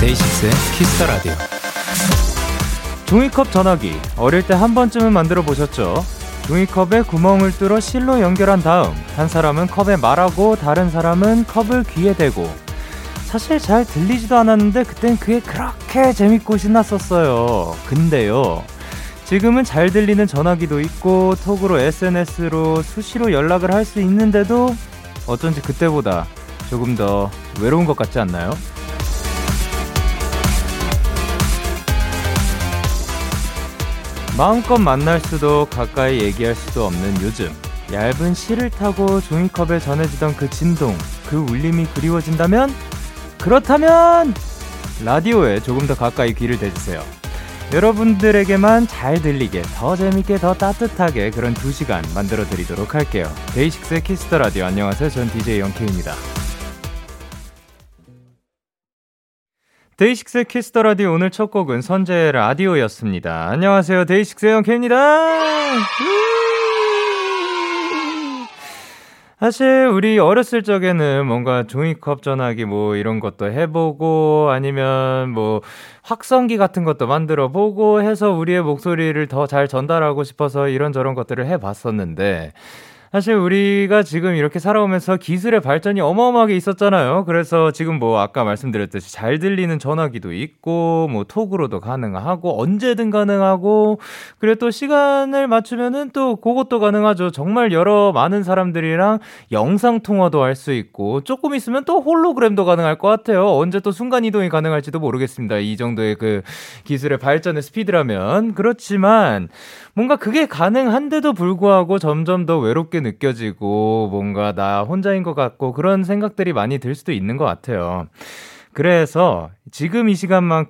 데이식스의 키스터 라디오. 종이컵 전화기 어릴 때 한 번쯤은 만들어 보셨죠? 종이컵에 구멍을 뚫어 실로 연결한 다음 한 사람은 컵에 말하고 다른 사람은 컵을 귀에 대고 사실 잘 들리지도 않았는데 그땐 그게 그렇게 재밌고 신났었어요. 근데요. 지금은 잘 들리는 전화기도 있고 톡으로 SNS로 수시로 연락을 할 수 있는데도 어쩐지 그때보다 조금 더 외로운 것 같지 않나요? 마음껏 만날 수도 가까이 얘기할 수도 없는 요즘 얇은 실을 타고 종이컵에 전해지던 그 진동 그 울림이 그리워진다면 그렇다면 라디오에 조금 더 가까이 귀를 대주세요 여러분들에게만 잘 들리게 더 재밌게 더 따뜻하게 그런 두 시간 만들어 드리도록 할게요 데이식스의 키스터 라디오 안녕하세요 전 DJ 영케입니다 데이식스의 키스터 라디오 오늘 첫 곡은 선재의 라디오였습니다. 안녕하세요. 데이식스의 영케입니다. 사실 우리 어렸을 적에는 뭔가 종이컵 전화기 뭐 이런 것도 해보고 아니면 뭐 확성기 같은 것도 만들어 보고 해서 우리의 목소리를 더 잘 전달하고 싶어서 이런저런 것들을 해봤었는데 사실 우리가 지금 이렇게 살아오면서 기술의 발전이 어마어마하게 있었잖아요. 그래서 지금 뭐 아까 말씀드렸듯이 잘 들리는 전화기도 있고 뭐 톡으로도 가능하고 언제든 가능하고 그리고 또 시간을 맞추면은 또 그것도 가능하죠. 정말 여러 많은 사람들이랑 영상 통화도 할 수 있고 조금 있으면 또 홀로그램도 가능할 것 같아요. 언제 또 순간 이동이 가능할지도 모르겠습니다. 이 정도의 그 기술의 발전의 스피드라면 그렇지만 뭔가 그게 가능한데도 불구하고 점점 더 외롭게 느껴지고 뭔가 나 혼자인 것 같고 그런 생각들이 많이 들 수도 있는 것 같아요. 그래서 지금 이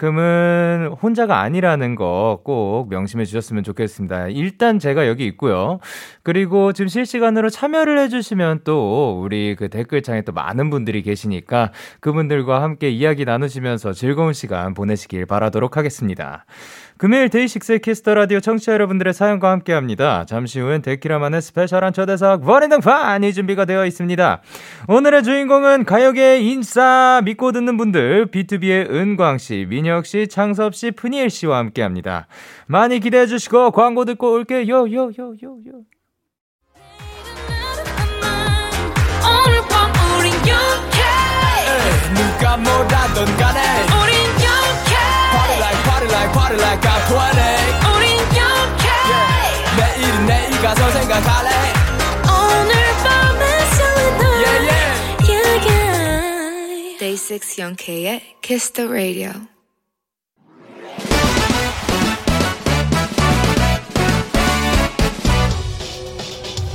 시간만큼은 혼자가 아니라는 거 꼭 명심해 주셨으면 좋겠습니다. 일단 제가 여기 있고요. 그리고 지금 실시간으로 참여를 해주시면 또 우리 그 댓글창에 또 많은 분들이 계시니까 그분들과 함께 이야기 나누시면서 즐거운 시간 보내시길 바라도록 하겠습니다. 금요일 데이식스의 키스터 라디오 청취자 여러분들의 사연과 함께 합니다. 잠시 후엔 데키라만의 스페셜한 초대석 버린등판이 준비가 되어 있습니다. 오늘의 주인공은 가요계의 인싸 믿고 듣는 분들 B2B의 은광 씨, 민혁 씨, 창섭 씨, 푸니엘 씨와 함께 합니다. 많이 기대해 주시고 광고 듣고 올게요. 요, 요, 요, 요. 오늘 밤 우린 영케 누가 뭐라던 간에 우린 영케 Party like party like party like I'm 20 우린 영케 내일은 내일 가서 생각할래 오늘 밤에서 Yeah, 널 yeah. 얘기해 Day 6 Young K의 Kiss the Radio.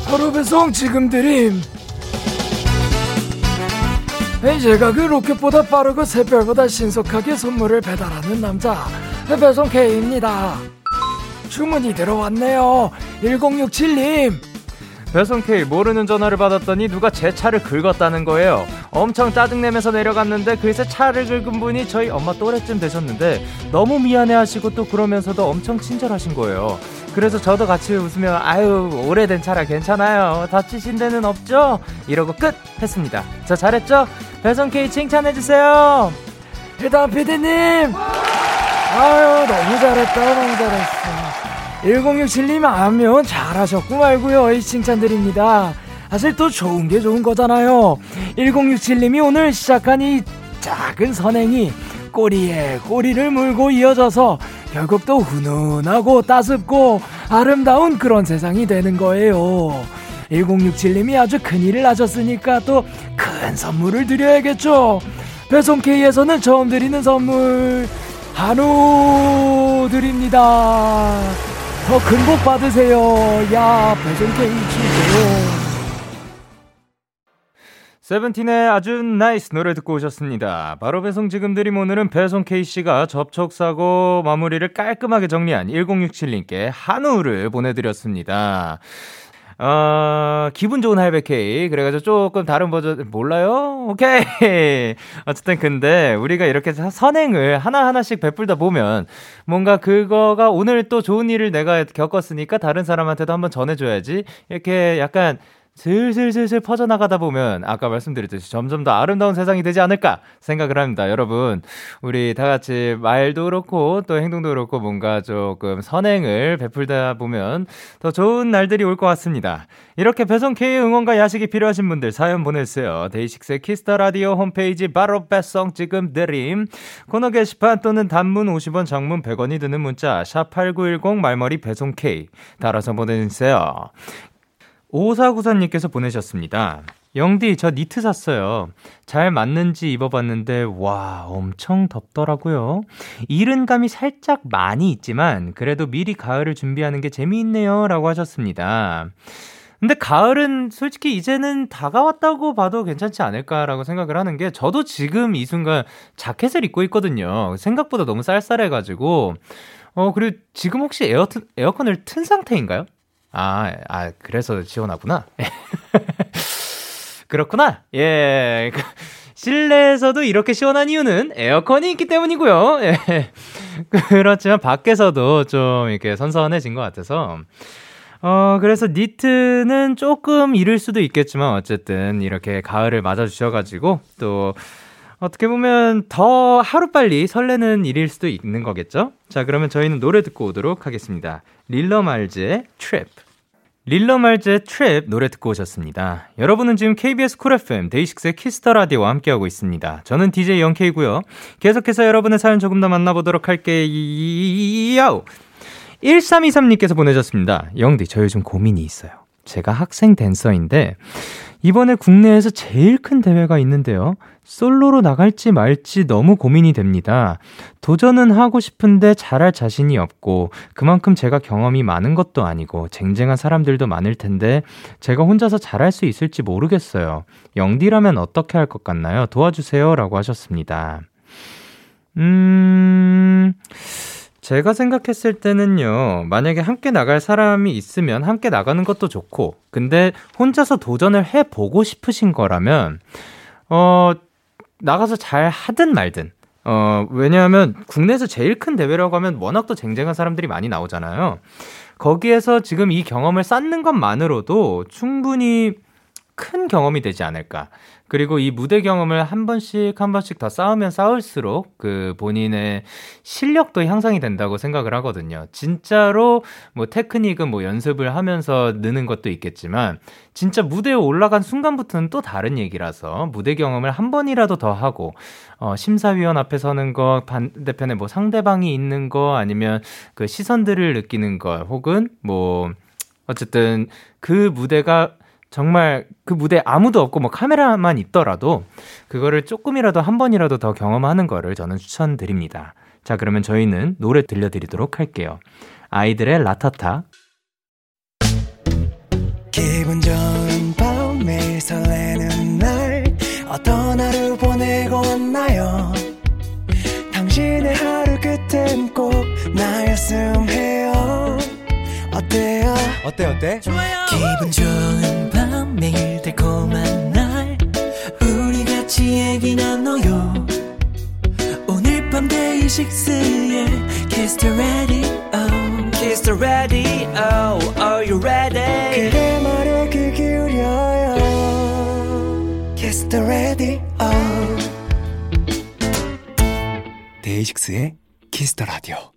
하루 배송 지금 드림 제가 그 로켓보다 빠르고 새별보다 신속하게 선물을 배달하는 남자 배송 K입니다 주문이 들어왔네요 1067님 배송 K 모르는 전화를 받았더니 누가 제 차를 긁었다는 거예요. 엄청 짜증내면서 내려갔는데 글쎄 차를 긁은 분이 저희 엄마 또래쯤 되셨는데 너무 미안해하시고 또 그러면서도 엄청 친절하신 거예요. 그래서 저도 같이 웃으며 아유 오래된 차라 괜찮아요. 다치신 데는 없죠? 이러고 끝 했습니다. 저 잘했죠? 배송 K 칭찬해 주세요. 일단 PD님 아유 너무 잘했다 너무 잘했어 1067님 안면 잘하셨고 말고요 이 칭찬드립니다 사실 또 좋은 게 좋은 거잖아요 1067님이 오늘 시작한 이 작은 선행이 꼬리에 꼬리를 물고 이어져서 결국 또 훈훈하고 따숩고 아름다운 그런 세상이 되는 거예요 1067님이 아주 큰일을 하셨으니까 또 큰 선물을 드려야겠죠 배송 K에서는 처음 드리는 선물 한우 드립니다. 더 큰 복 받으세요. 야 배송 K 축하해요. 세븐틴의 아주 나이스 노래 듣고 오셨습니다. 바로 배송 지금 드림 오늘은 배송 K씨가 접촉사고 마무리를 깔끔하게 정리한 1067님께 한우를 보내드렸습니다. 어, 기분 좋은 할배케이. 그래가지고 조금 다른 버전, 몰라요? 오케이. 어쨌든 근데 우리가 이렇게 사- 선행을 하나하나씩 베풀다 보면 뭔가 그거가 오늘 또 좋은 일을 내가 겪었으니까 다른 사람한테도 한번 전해줘야지. 이렇게 약간 슬슬슬슬 퍼져나가다 보면 아까 말씀드렸듯이 점점 더 아름다운 세상이 되지 않을까 생각을 합니다. 여러분, 우리 다 같이 말도 그렇고 또 행동도 그렇고 뭔가 조금 선행을 베풀다 보면 더 좋은 날들이 올 것 같습니다. 이렇게 배송 K의 응원과 야식이 필요하신 분들 사연 보내주세요. 데이식스의 키스터 라디오 홈페이지 바로 배송 지금 드림 코너 게시판 또는 단문 50원 장문 100원이 드는 문자 샵8910 말머리 배송 K 달아서 보내주세요. 5494님께서 보내셨습니다. 영디, 저 니트 샀어요. 잘 맞는지 입어봤는데, 와, 엄청 덥더라고요. 이른감이 살짝 많이 있지만, 그래도 미리 가을을 준비하는 게 재미있네요. 라고 하셨습니다. 근데 가을은 솔직히 이제는 다가왔다고 봐도 괜찮지 않을까라고 생각을 하는 게, 저도 지금 이 순간 자켓을 입고 있거든요. 생각보다 너무 쌀쌀해가지고, 어, 그리고 지금 혹시 에어, 에어컨을 튼 상태인가요? 아, 아, 그래서 지원하구나. 그렇구나. 예. 그, 실내에서도 이렇게 시원한 이유는 에어컨이 있기 때문이고요. 예. 그렇지만 밖에서도 좀 이렇게 선선해진 것 같아서. 어, 그래서 니트는 조금 이를 수도 있겠지만 어쨌든 이렇게 가을을 맞아주셔가지고 또 어떻게 보면 더 하루빨리 설레는 일일 수도 있는 거겠죠? 자, 그러면 저희는 노래 듣고 오도록 하겠습니다. 릴러 말즈의 트랩. 릴러 말즈의 트랩 노래 듣고 오셨습니다. 여러분은 지금 KBS 쿨 FM 데이식스의 키스터 라디오와 함께하고 있습니다. 저는 DJ 영케이고요. 계속해서 여러분의 사연 조금 더 만나보도록 할게요. 1323님께서 보내셨습니다. 영디, 저 요즘 고민이 있어요. 제가 학생 댄서인데, 이번에 국내에서 제일 큰 대회가 있는데요. 솔로로 나갈지 말지 너무 고민이 됩니다. 도전은 하고 싶은데 잘할 자신이 없고, 그만큼 제가 경험이 많은 것도 아니고, 쟁쟁한 사람들도 많을 텐데, 제가 혼자서 잘할 수 있을지 모르겠어요. 영디라면 어떻게 할 것 같나요? 도와주세요. 라고 하셨습니다. 음, 제가 생각했을 때는요, 만약에 함께 나갈 사람이 있으면 함께 나가는 것도 좋고, 근데 혼자서 도전을 해보고 싶으신 거라면, 어, 나가서 잘 하든 말든, 어, 왜냐하면 국내에서 제일 큰 대회라고 하면 워낙 또 쟁쟁한 사람들이 많이 나오잖아요. 거기에서 지금 이 경험을 쌓는 것만으로도 충분히 큰 경험이 되지 않을까. 그리고 이 무대 경험을 한 번씩 한 번씩 더 쌓으면 쌓을수록 그 본인의 실력도 향상이 된다고 생각을 하거든요. 진짜로 뭐 테크닉은 뭐 연습을 하면서 느는 것도 있겠지만 진짜 무대에 올라간 순간부터는 또 다른 얘기라서 무대 경험을 한 번이라도 더 하고 어 심사위원 앞에 서는 거 반대편에 뭐 상대방이 있는 거 아니면 그 시선들을 느끼는 거 혹은 뭐 어쨌든 그 무대가 정말 그 무대 아무도 없고 뭐 카메라만 있더라도 그거를 조금이라도 한 번이라도 더 경험하는 거를 저는 추천드립니다. 자, 그러면 저희는 노래 들려드리도록 할게요. 아이들의 라타타. 기분 좋은 밤 매일 설레는 날 어떤 하루 보내고 왔나요 당신의 하루 끝엔 꼭 나였음 해요 어때요 어때 어때 기분 좋은 밤 매일 달콤한 날 우리 같이 얘기 나눠요 오늘 밤 데이식스의 Kiss the Radio Kiss the Radio Are you ready 그대 말에 귀 기울여요 Kiss the Radio 데이식스의 Kiss the Radio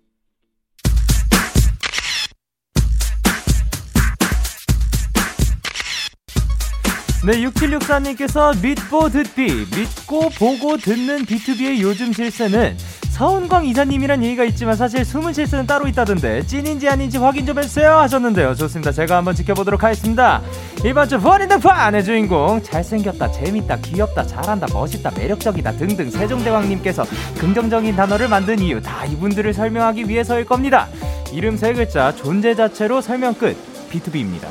네, 6764님께서 믿고 듣비, 믿고 보고 듣는 B2B의 요즘 실세는 서은광 이사님이란 얘기가 있지만 사실 숨은 실세는 따로 있다던데 찐인지 아닌지 확인 좀 해주세요 하셨는데요. 좋습니다. 제가 한번 지켜보도록 하겠습니다. 이번 주 버린등판의 네, 주인공 잘생겼다, 재밌다, 귀엽다, 잘한다, 멋있다, 매력적이다 등등 세종대왕님께서 긍정적인 단어를 만든 이유 다 이분들을 설명하기 위해서일 겁니다. 이름 세 글자 존재 자체로 설명 끝. B2B입니다.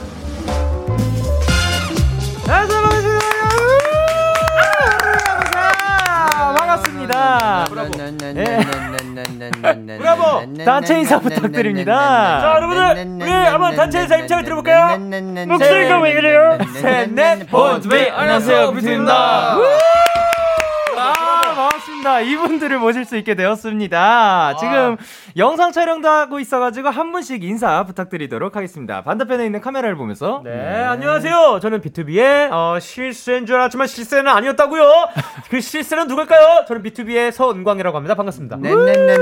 안녕하세요. 반갑습니다. 감사합니다. 브라보. 단체 인사 부탁드립니다. 자, 네, 여러분들 우리 네, 한번 단체 인사 임창을 들어볼까요? 목소리가 왜 이래요? 셋넷 본투비 안녕하세요, 뷰티입니다. 아, 반갑습니다. 이분들을 모실 수 있게 되었습니다. 지금 영상 촬영도 하고 있어가지고 한 분씩 인사 부탁드리도록 하겠습니다. 반대편에 있는 카메라를 보면서. 네, 안녕하세요. 저는 B2B의 어, 실세인 줄 알았지만 실세는 아니었다고요. 그 실세는 누굴까요? 저는 B2B의 서은광이라고 합니다. 반갑습니다.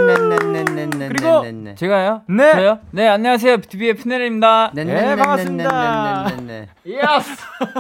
네, 그리고 제가요? 네. 저요? 네, 안녕하세요. BTOB의 피네르입니다. 네, 반갑습니다. 예스!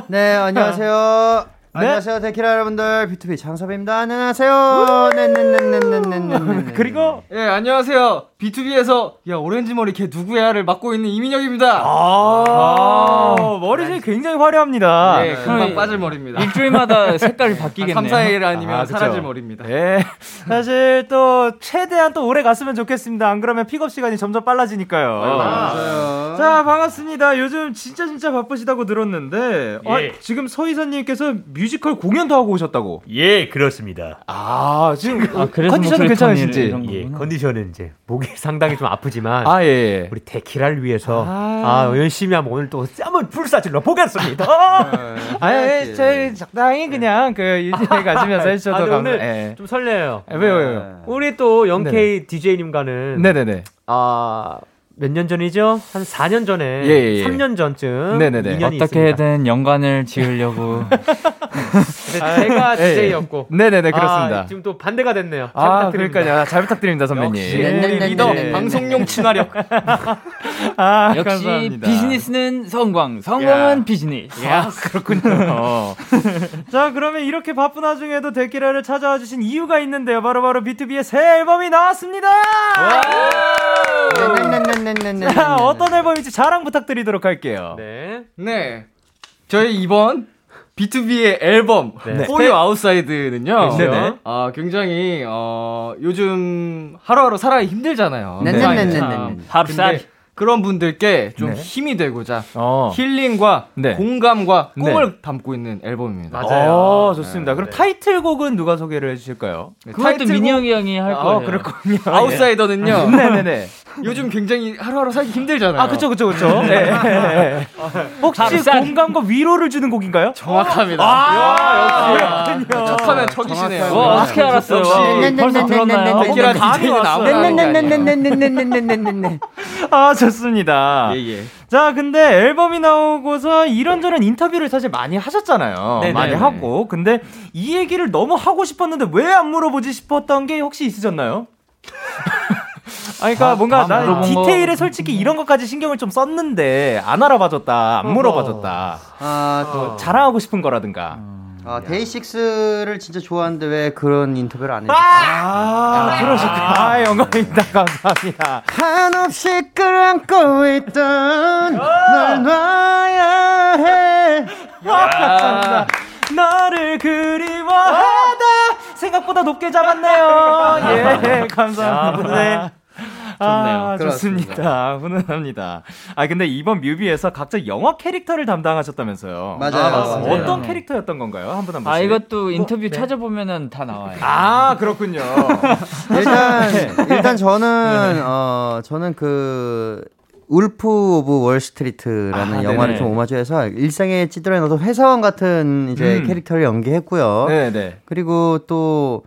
네, 안녕하세요. 안녕하세요, 데키라 여러분들. B2B 장섭입니다. 안녕하세요. 네네네네네네. 그리고 예, 안녕하세요. B2B에서 야, 오렌지 머리 걔 누구야를 맡고 있는 이민혁입니다. 아, 머리색이 굉장히 화려합니다. 아, 네. 네. 예, 네. 금방 빠질 머리입니다. 일주일마다 색깔이 바뀌겠네요. 3, 4일 아니면 아, 그쵸. 사라질 머리입니다. 예. 사실 또 최대한 또 오래 갔으면 좋겠습니다. 안 그러면 픽업 시간이 점점 빨라지니까요. 아, 네. 아. 자, 반갑습니다. 요즘 진짜 진짜 바쁘시다고 들었는데 예. 아, 지금 서희사님께서 뮤지컬 공연도 하고 오셨다고. 예, 그렇습니다. 아, 지금 그래서 컨디션은 목소리 괜찮으신지. 톤이네, 이런 예, 거구나. 컨디션은 이제 목이 상당히 좀 아프지만 아, 예, 예. 우리 데키라를 위해서 아. 아, 열심히 한번 오늘 또 한번 불사질러 보겠습니다. 어, 네. 아, 예, 저희 적당히 그냥 그 유지해 가시면서 해 주셔도 아, 네, 근데 오늘 감사해요. 예. 좀 설레요. 아, 왜요, 왜요? 우리 또 영케이 DJ님과는 네, 네, 네. 아, 몇 년 전이죠? 한 4년 전에 예, 예, 예. 3년 전쯤 네네네. 인연이 있습니다. 어떻게든 연관을 지으려고. 근데 제가 예, 예. DJ였고 네, 네, 네, 그렇습니다. 아, 지금 또 반대가 됐네요. 잘 아, 부탁드립니다. 그러니까요. 아, 잘 부탁드립니다, 선배님. 리더, 방송용 친화력. 아, 역시 감사합니다. 아, 비즈니스는 성광, 성광은 비즈니스. 야, 그렇군요. 어. 자, 그러면 이렇게 바쁜 와중에도 데키라를 찾아와 주신 이유가 있는데요. 바로바로 B2B의 새 앨범이 나왔습니다! 자, 어떤 앨범인지 자랑 부탁드리도록 할게요. 네. 네. 저희 이번 B2B의 앨범 네. For You Outside는요. 네네. 아, 굉장히 어, 요즘 하루하루 살아가기 힘들잖아요. 네네네네네. 세상이 참. 근데 그런 분들께 좀 네. 힘이 되고자 어. 힐링과 네. 공감과 네. 꿈을 담고 있는 앨범입니다. 맞아요. 어, 좋습니다. 그럼 네. 타이틀곡은 누가 소개를 해주실까요? 그것도 민영이 형이 할 어, 그렇군요. 아웃사이더는요. 네네네. 요즘 굉장히 하루하루 살기 힘들잖아요. 아, 그쵸, 그쵸, 그쵸. 네. 혹시 밥상. 공감과 위로를 주는 곡인가요? 정확합니다. 아, 역시. 척하면 척이시네요. 정확해요. 와, 어떻게 알았어요? 역시. 벌써 들었나요? 네, 네, 네, 네, 네, 네. 데키라 DJ는 어, 아무나 하는 게 네, 아니에요. 네네네네네네네네네네네네네네. 아, 좋습니다. 예, 예. 자, 근데 앨범이 나오고서 이런저런 인터뷰를 사실 많이 하셨잖아요. 네네. 많이 하고. 근데 이 얘기를 너무 하고 싶었는데 왜 안 물어보지 싶었던 게 혹시 있으셨나요? 아, 그러니까 뭔가 나 물어본 거. 디테일에 솔직히 이런 것까지 신경을 좀 썼는데 안 알아봐줬다, 안 물어봐줬다, 아, 또 자랑하고 싶은 음. 거라든가. 아, 데이식스를 진짜 좋아하는데 왜 그런 인터뷰를 안 네. 해요? 아, 그러셨구나. 아, 영광입니다. 감사합니다. 한없이 끌어안고 있던 널 놔야 해. 감사합니다. 너를 그리워하다 생각보다 높게 잡았네요. 예, 감사합니다. 아, 좋네요. 좋습니다. 훈훈합니다. 아, 근데 이번 뮤비에서 각자 영화 캐릭터를 담당하셨다면서요. 맞아요. 맞아요. 어떤 캐릭터였던 건가요? 한 분 한 분씩. 어, 네. 아 이것도 인터뷰 찾아보면은 다 나와요. 아, 그렇군요. 어? 일단 네. 일단 저는 어 저는 그 울프 오브 월스트리트라는 아, 영화를 네네. 좀 오마주해서 일상에 찌들어 넣어서 회사원 같은 이제 음. 캐릭터를 연기했고요. 네, 네. 그리고 또네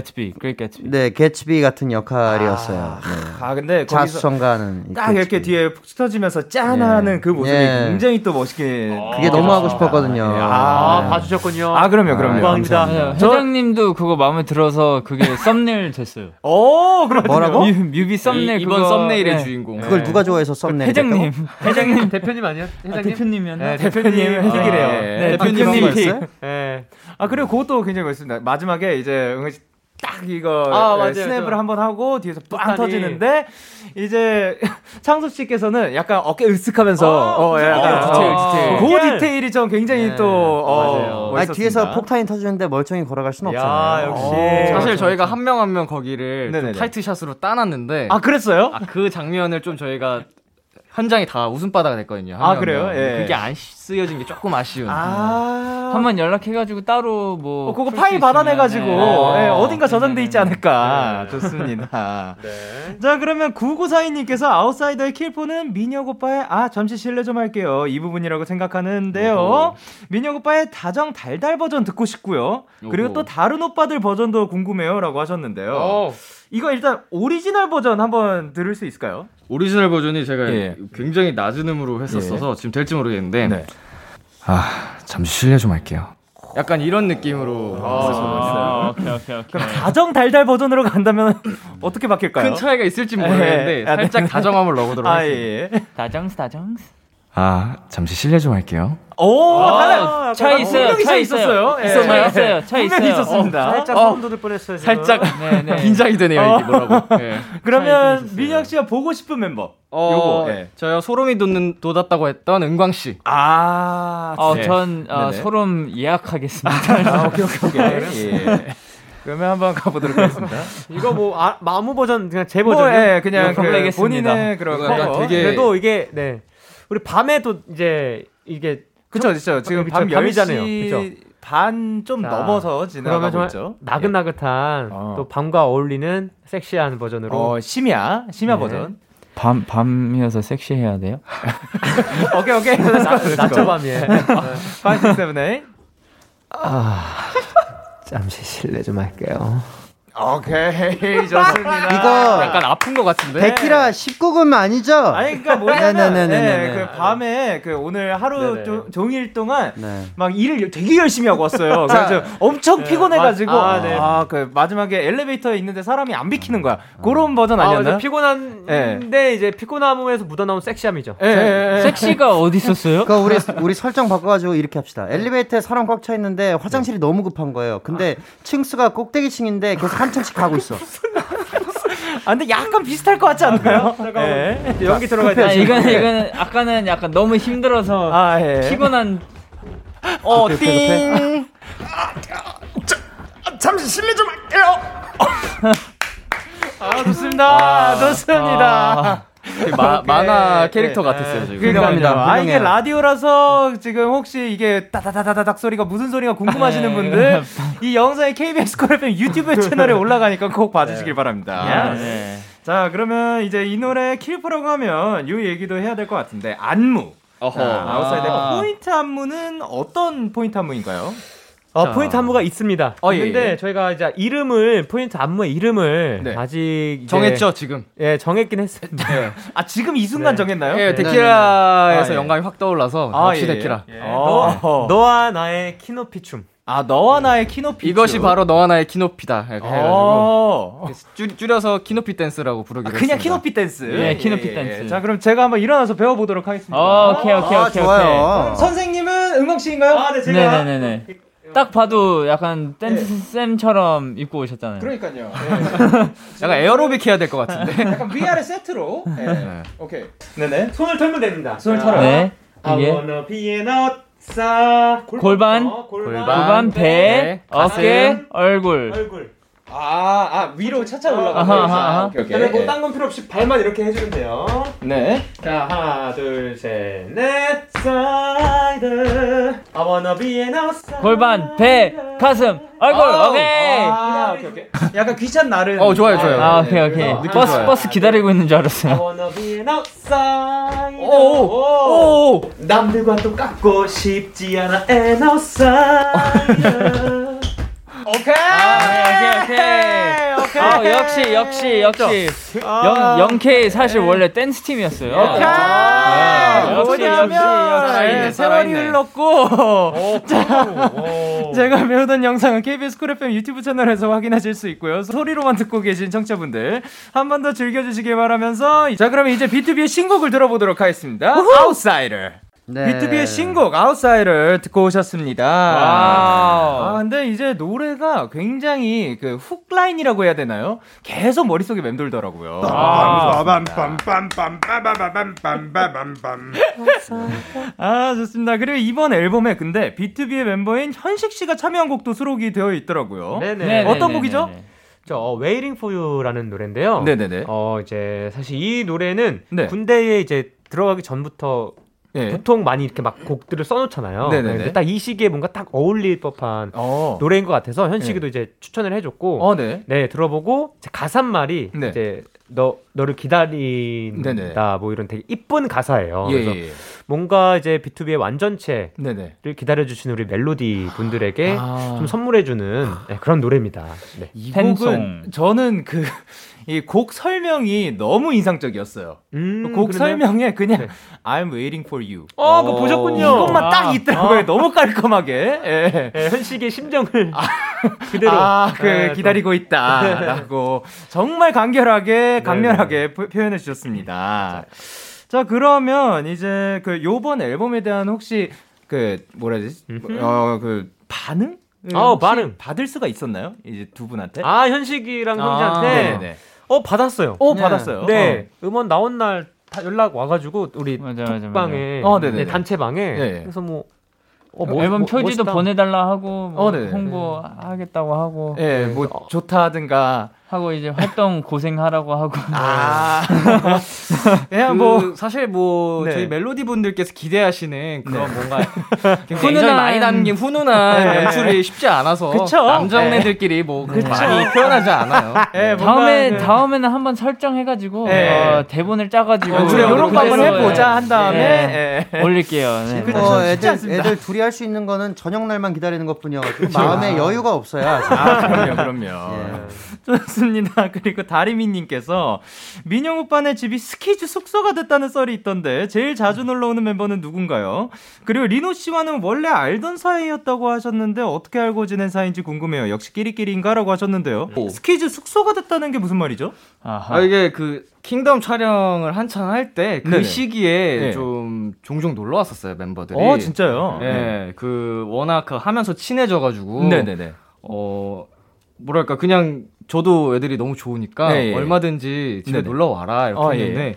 개츠비, 그레이 개츠비. 개츠비 같은 역할이었어요. 네. 아, 근데 거기서 자수성가하는 이 딱 이렇게 개츠비. 뒤에 푹 터지면서 짠하는 네. 그 모습이 네. 굉장히 또 멋있게. 그게 너무 하고 싶었거든요. 아, 네. 봐주셨군요. 아, 그럼요, 그럼요. 영광입니다. 맞아요. 회장님도 그거 마음에 들어서 그게 썸네일 됐어요. 오, 그렇군요. 뭐라고? 뮤, 뮤비 썸네일 이번 그거, 썸네일의 네. 주인공. 그걸 누가 좋아해서 썸네일 회장님, 회장님 대표님 아니야? 아, 회장님. 대표님이었나? 네, 대표님 아, 회식이래요. 네, 대표님 아, 회식. 그런 거였어요? 예. 아 그리고 그것도 굉장히 멋있습니다. 마지막에 이제 응원 씨딱 이거 아, 예, 맞아요, 스냅을 맞아요. 한번 하고 뒤에서 빵 폭탄이. 터지는데 이제 창섭 씨께서는 약간 어깨 으쓱하면서 어, 예, 약간 어, 디테일, 어, 디테일. 그 디테일. 디테일이 좀 굉장히 또 어, 아니 뒤에서 멋있었습니다. 폭탄이 터지는데 멀쩡히 걸어갈 순 야, 없잖아요. 역시. 사실 저희가 한 명 한 명 거기를 좀 네. 네네네. 타이트샷으로 따놨는데 아 그랬어요? 아, 그 장면을 좀 저희가 현장이 다 웃음바다가 됐거든요. 한 아, 명, 한 그래요? 명. 예. 그게 안 쓰여진 게 조금 아쉬운. 아 한번 연락해가지고 따로 뭐 어, 그거 풀 파일 수 받아내가지고 있으면, 네. 네. 예, 어딘가 저장돼 있지 않을까 좋습니다. 자 그러면 9942님께서 아웃사이더의 킬포는 민혁 오빠의 아 잠시 실례 좀 할게요 이 부분이라고 생각하는데요. 민혁 오빠의 다정 달달 버전 듣고 싶고요. 그리고 오호. 또 다른 오빠들 버전도 궁금해요라고 하셨는데요. 어. 이거 일단 오리지널 버전 한번 들을 수 있을까요? 오리지널 버전이 제가 예. 굉장히 낮은 음으로 했었어서 지금 될지 모르겠는데 예. 네. 아, 잠시 실례 좀 할게요. 약간 이런 느낌으로 아, 아, 오케이 오케이 그럼 다정 달달 버전으로 간다면 어떻게 바뀔까요? 큰 차이가 있을지 모르겠는데 예. 아, 네. 살짝 다정함을 넣어보도록 아, 할게요. 예. 다정스 다정스 아, 잠시 실례 좀 할게요. 오, 어, 아, 달라요. 차 약간 있어요, 분명히 차 어, 차 있어요. 있었어요. 예. 있었나요? 예. 있어요, 차 분명히 있어요. 있었습니다. 어, 살짝 어. 소름 돋을 뻔했어요. 지금. 살짝 네, 네. 긴장이 되네요 어. 이게 뭐라고 예. 그러면 아, 민혁 씨가 보고 싶은 멤버. 어, 요거. 예. 저요 소름이 돋는 돋았다고 했던 은광 씨. 아, 어, 네. 전 어, 네네. 소름 예약하겠습니다 아, 오케이 오케이 오케이. 예. 그러면 한번 가보도록 하겠습니다. 이거 뭐 아, 마무 버전 그냥 제 뭐, 버전. 예, 그냥 이거 그 검색했습니다. 본인의 그런 이거 약간 커버. 되게- 그래도 이게 네 우리 밤에 또 이제 이게 그쵸, 그쵸. 지금 그쵸, 밤 밤이잖아요. 10시 반좀 자, 넘어서 그러면 지나가고 정말 있죠. 예. 나긋나긋한 어. 또 밤과 어울리는 섹시한 버전으로 어, 심야, 심야 버전. 밤 밤이어서 섹시해야 돼요 오케이, 오케이. 예. 나, 낮저 밤에 네. 578. 잠시 실례 좀 할게요. 오케이, 좋습니다. 이거 약간 아픈 것 같은데. 데키라 19금 아니죠? 아니 그러니까 뭐냐면 네네네네네. 예, 그 밤에 그 오늘 하루 네네. 조- 종일 동안 네. 막 일을 되게 열심히 하고 왔어요. 그래서 엄청 피곤해가지고 아 마- 아, 네. 그 마지막에 엘리베이터에 있는데 사람이 안 비키는 거야. 그런 버전 아니었나? 아, 요 피곤한데 이제 피곤함에서 묻어나온 섹시함이죠. 예, 예, 예. 섹시가 어디 있었어요 그러니까 우리 우리 설정 바꿔가지고 이렇게 합시다. 엘리베이터에 사람 꽉 차 있는데 화장실이 너무 급한 거예요. 근데 층수가 꼭대기 층인데 계속 한 층씩 가고 있어. 아 근데 약간 비슷할 것 같지 않나요? 예. 연기 들어가야 아, 돼. 이거는 이거는 아까는 약간 너무 힘들어서 아 예. 피곤한 어 띵. 아, 잠시 실례 좀 할게요. 아, 좋습니다. 좋습니다. 되게 그 마, 오케이. 만화 캐릭터 예. 같았어요 지금. 그러니까요. 아 이게 훌륭해요. 라디오라서 지금 혹시 이게 따다다다닥 소리가 무슨 소리가 궁금하시는 분들 이 영상이 KBS 콜 FM 유튜브 채널에 올라가니까 꼭 봐주시길 바랍니다. 자 그러면 이제 이 노래 킬프라고 하면 요 얘기도 해야 될 것 같은데 안무. 어허. 네, 아웃사이드 포인트 안무는 어떤 포인트 안무인가요? 어, 포인트 안무가 있습니다. 어, 예, 근데 예. 저희가 이제 이름을 포인트 안무의 이름을 네. 아직 이제- 정했죠 지금. 예, 정했긴 했습니다. 아 지금 이 네. 순간 정했나요? 예, 아, 데키라에서 예. 영감이 확 떠올라서 아, 역시 예, 예. 데키라. 예. 너, 어. 너와 나의 키노피 춤. 아 너와 나의 키노피 예. 이것이 바로 너와 나의 키노피다. 이렇게 해가지고 어. 줄, 줄여서 키노피 댄스라고 부르기로 했습니다. 그냥 키노피 댄스. 예, 키노피 댄스. 자, 그럼 제가 한번 일어나서 배워보도록 하겠습니다. 어, 오케이 오케이 아 오케이 좋아요. 선생님은 은광 씨인가요? 아, 네, 오케이 네네네네 딱 봐도 약간 예. 댄스 쌤처럼 입고 오셨잖아요 그러니까요. 약간 에어로빅 해야 될 것 같은데. 약간 VR의 세트로. 네. 오케이. 네네. 손을 털면 됩니다. 손을 털어요. 네 I 이게 wanna be an outsa 골반, 어, 골반, 아, 골반 배 네, 어깨 가슴, 얼굴 얼굴 아, 아, 위로 차차 올라가고. 아하, 아하. 오케이, 오케이. 그다음에 뭐딴건 필요 없이 발만 이렇게 해주면 돼요 네. 자 하나 둘셋넷 사이드 I wanna be an outsider 골반 배 가슴 얼굴 아우. 오케이 아, 오케이, 오케이. 약간 귀찮 나른. 어, 좋아요, 좋아요. 아 오케이 네. 오케이 그래서 버스 좋아요. 버스 기다리고 있는 줄 I 알았어요 wanna be an outsider 오. 오, 오. 남들과 똑같고 싶지 않아 an outsider 오케이. 아, 오케이, 네, 오케이. 오케이. 아 역시 역시 역시 영 영케이 사실 원래 댄스 팀이었어요 아, 오케이. 역시, 역시, 역시. 뭐냐면 예, 세월이 살아있네. 흘렀고 자 제가 배우던 영상은 KBS 쿨 FM 유튜브 채널에서 확인하실 수 있고요. 소리로만 듣고 계신 청취자분들 한 번 더 즐겨주시길 바라면서 자 그러면 이제 B2B의 신곡을 들어보도록 하겠습니다. Outsider. 네. B2B의 신곡 아웃사이를 듣고 오셨습니다. 아 근데 이제 노래가 굉장히 그 훅라인이라고 해야 되나요? 계속 머릿속에 맴돌더라고요. 아, 아 좋습니다. 그리고 이번 앨범에 근데 B2B의 멤버인 현식 씨가 참여한 곡도 수록이 되어 있더라고요. 네, 네네 어. 네, 어떤 네, 곡이죠? 네, 네. 저 어, Waiting for You라는 노래인데요 네네네. 어 이제 사실 이 노래는 네. 군대에 이제 들어가기 전부터 예. 네. 보통 많이 이렇게 막 곡들을 써놓잖아요. 네네네. 근데 딱 이 시기에 뭔가 딱 어울릴 법한 어. 노래인 것 같아서 현식이도 네. 이제 추천을 해줬고, 어, 네. 네. 들어보고 이제 가사말이 이제 너 너를 기다린다 네네. 뭐 이런 되게 이쁜 가사예요. 예, 그래서 예. 뭔가 이제 B2B의 완전체를 네네. 기다려주신 우리 멜로디 분들에게 아. 좀 선물해주는 네, 그런 노래입니다. 네. 이 곡은 저는 그 이 곡 설명이 너무 인상적이었어요. 음, 곡 그러네요? 설명에 그냥 네. I'm waiting for you. 어, 그거 보셨군요. 이것만 딱 있더라고요. 아. 너무 깔끔하게. 예. 예, 현식의 심정을 아. 그대로 아, 그 예, 기다리고 있다라고 정말 간결하게 강렬하게 네. 표현해 주셨습니다. 자, 그러면 이제 그 요번 앨범에 대한 혹시 그 뭐라 해야 되지? 어, 그 반응? 어, 반응. 받을 수가 있었나요? 이제 두 분한테? 아, 현식이랑 형제한테 아, 어, 받았어요. 어, 네. 받았어요. 네. 어. 음원 나온 날 다 연락 와가지고 우리 맞아, 톡방에 맞아, 맞아. 어, 네, 단체방에 네네. 그래서 뭐 어, 뭐, 앨범 뭐, 표지도 멋있다. 보내달라 하고 뭐 어, 홍보하겠다고 하고 예, 네, 뭐 어. 좋다든가 하고 이제 활동 고생하라고 하고 아 그냥 뭐 사실 뭐 네. 저희 멜로디 분들께서 기대하시는 그런 네. 뭔가 훈훈한 많이 담긴 훈훈한 연출이 쉽지 않아서 그쵸? 남정네들끼리 뭐 그쵸? 많이 표현하지 않아요. 네, 다음에 그... 다음에는 한번 설정해가지고 어, 대본을 짜가지고 연출에 이런 거 한번 해보자 한 네. 다음에 올릴게요. 네. 뭐 애들 않습니다. 애들 둘이 할 수 있는 거는 저녁 날만 기다리는 것뿐이어가지고 마음에 아. 여유가 없어요. 네. 아, 그럼요, 그럼요. 좋습니다. 그리고 다리미님께서 민영 오빠네 집이 스키즈 숙소가 됐다는 썰이 있던데 제일 자주 놀러 오는 멤버는 누군가요? 그리고 리노 씨와는 원래 알던 사이였다고 하셨는데 어떻게 알고 지낸 사이인지 궁금해요. 역시 끼리끼리인가라고 하셨는데요. 오. 스키즈 숙소가 됐다는 게 무슨 말이죠? 아하. 아 이게 그 킹덤 촬영을 한창 할 때 그 시기에 네. 좀 종종 놀러 왔었어요 아, 멤버들이. 어 진짜요? 네, 네. 그 워낙 그 하면서 친해져가지고. 네네네. 어 뭐랄까 그냥 저도 애들이 너무 좋으니까 네, 예. 얼마든지 집에 네네. 놀러 와라 이렇게 아, 했는데 예.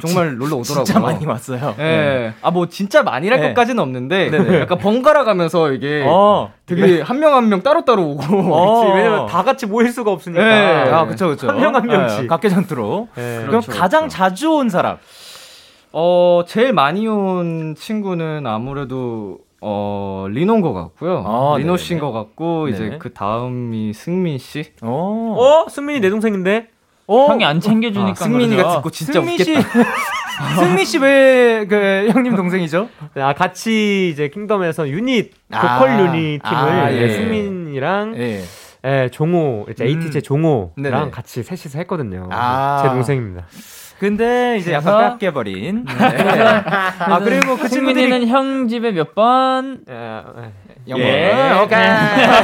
정말 놀러 오더라고요. 진짜 많이 왔어요. 예. 네. 아, 뭐, 진짜 많이랄 네. 것까지는 없는데, 네네. 약간 번갈아 가면서 네. 이게 어, 네. 되게 한 명 한명 한 명 따로따로 오고. 어. 그치. 왜냐면 다 같이 모일 수가 없으니까. 네. 아, 그쵸, 그쵸. 한 명 한 명씩. 네, 각계장투로. 그럼 그렇죠, 가장 그렇죠. 자주 온 사람? 어, 제일 많이 온 친구는 아무래도 어 리노인 것 같고요. 네, 아, 리노 씨인 것 같고 네네. 이제 그 다음이 승민 씨. 어, 어 승민이 내 동생인데. 어? 형이 안 챙겨주니까. 아, 승민이가 그러죠. 듣고 진짜 승민 씨... 승민 씨 왜 그 형님 동생이죠? 아 같이 이제 킹덤에서 유닛 보컬 아, 유닛 팀을 아, 예. 승민이랑. 예. 예, 종호, 이제 음. ATJ 종호랑 네네. 아. 같이 셋이서 했거든요. 제 동생입니다. 근데 이제 그래서? 약간 뺏겨버린. 네. 아 그리고 그 친구들이 형 집에 몇 번? 영어. 예, 네. 오케이.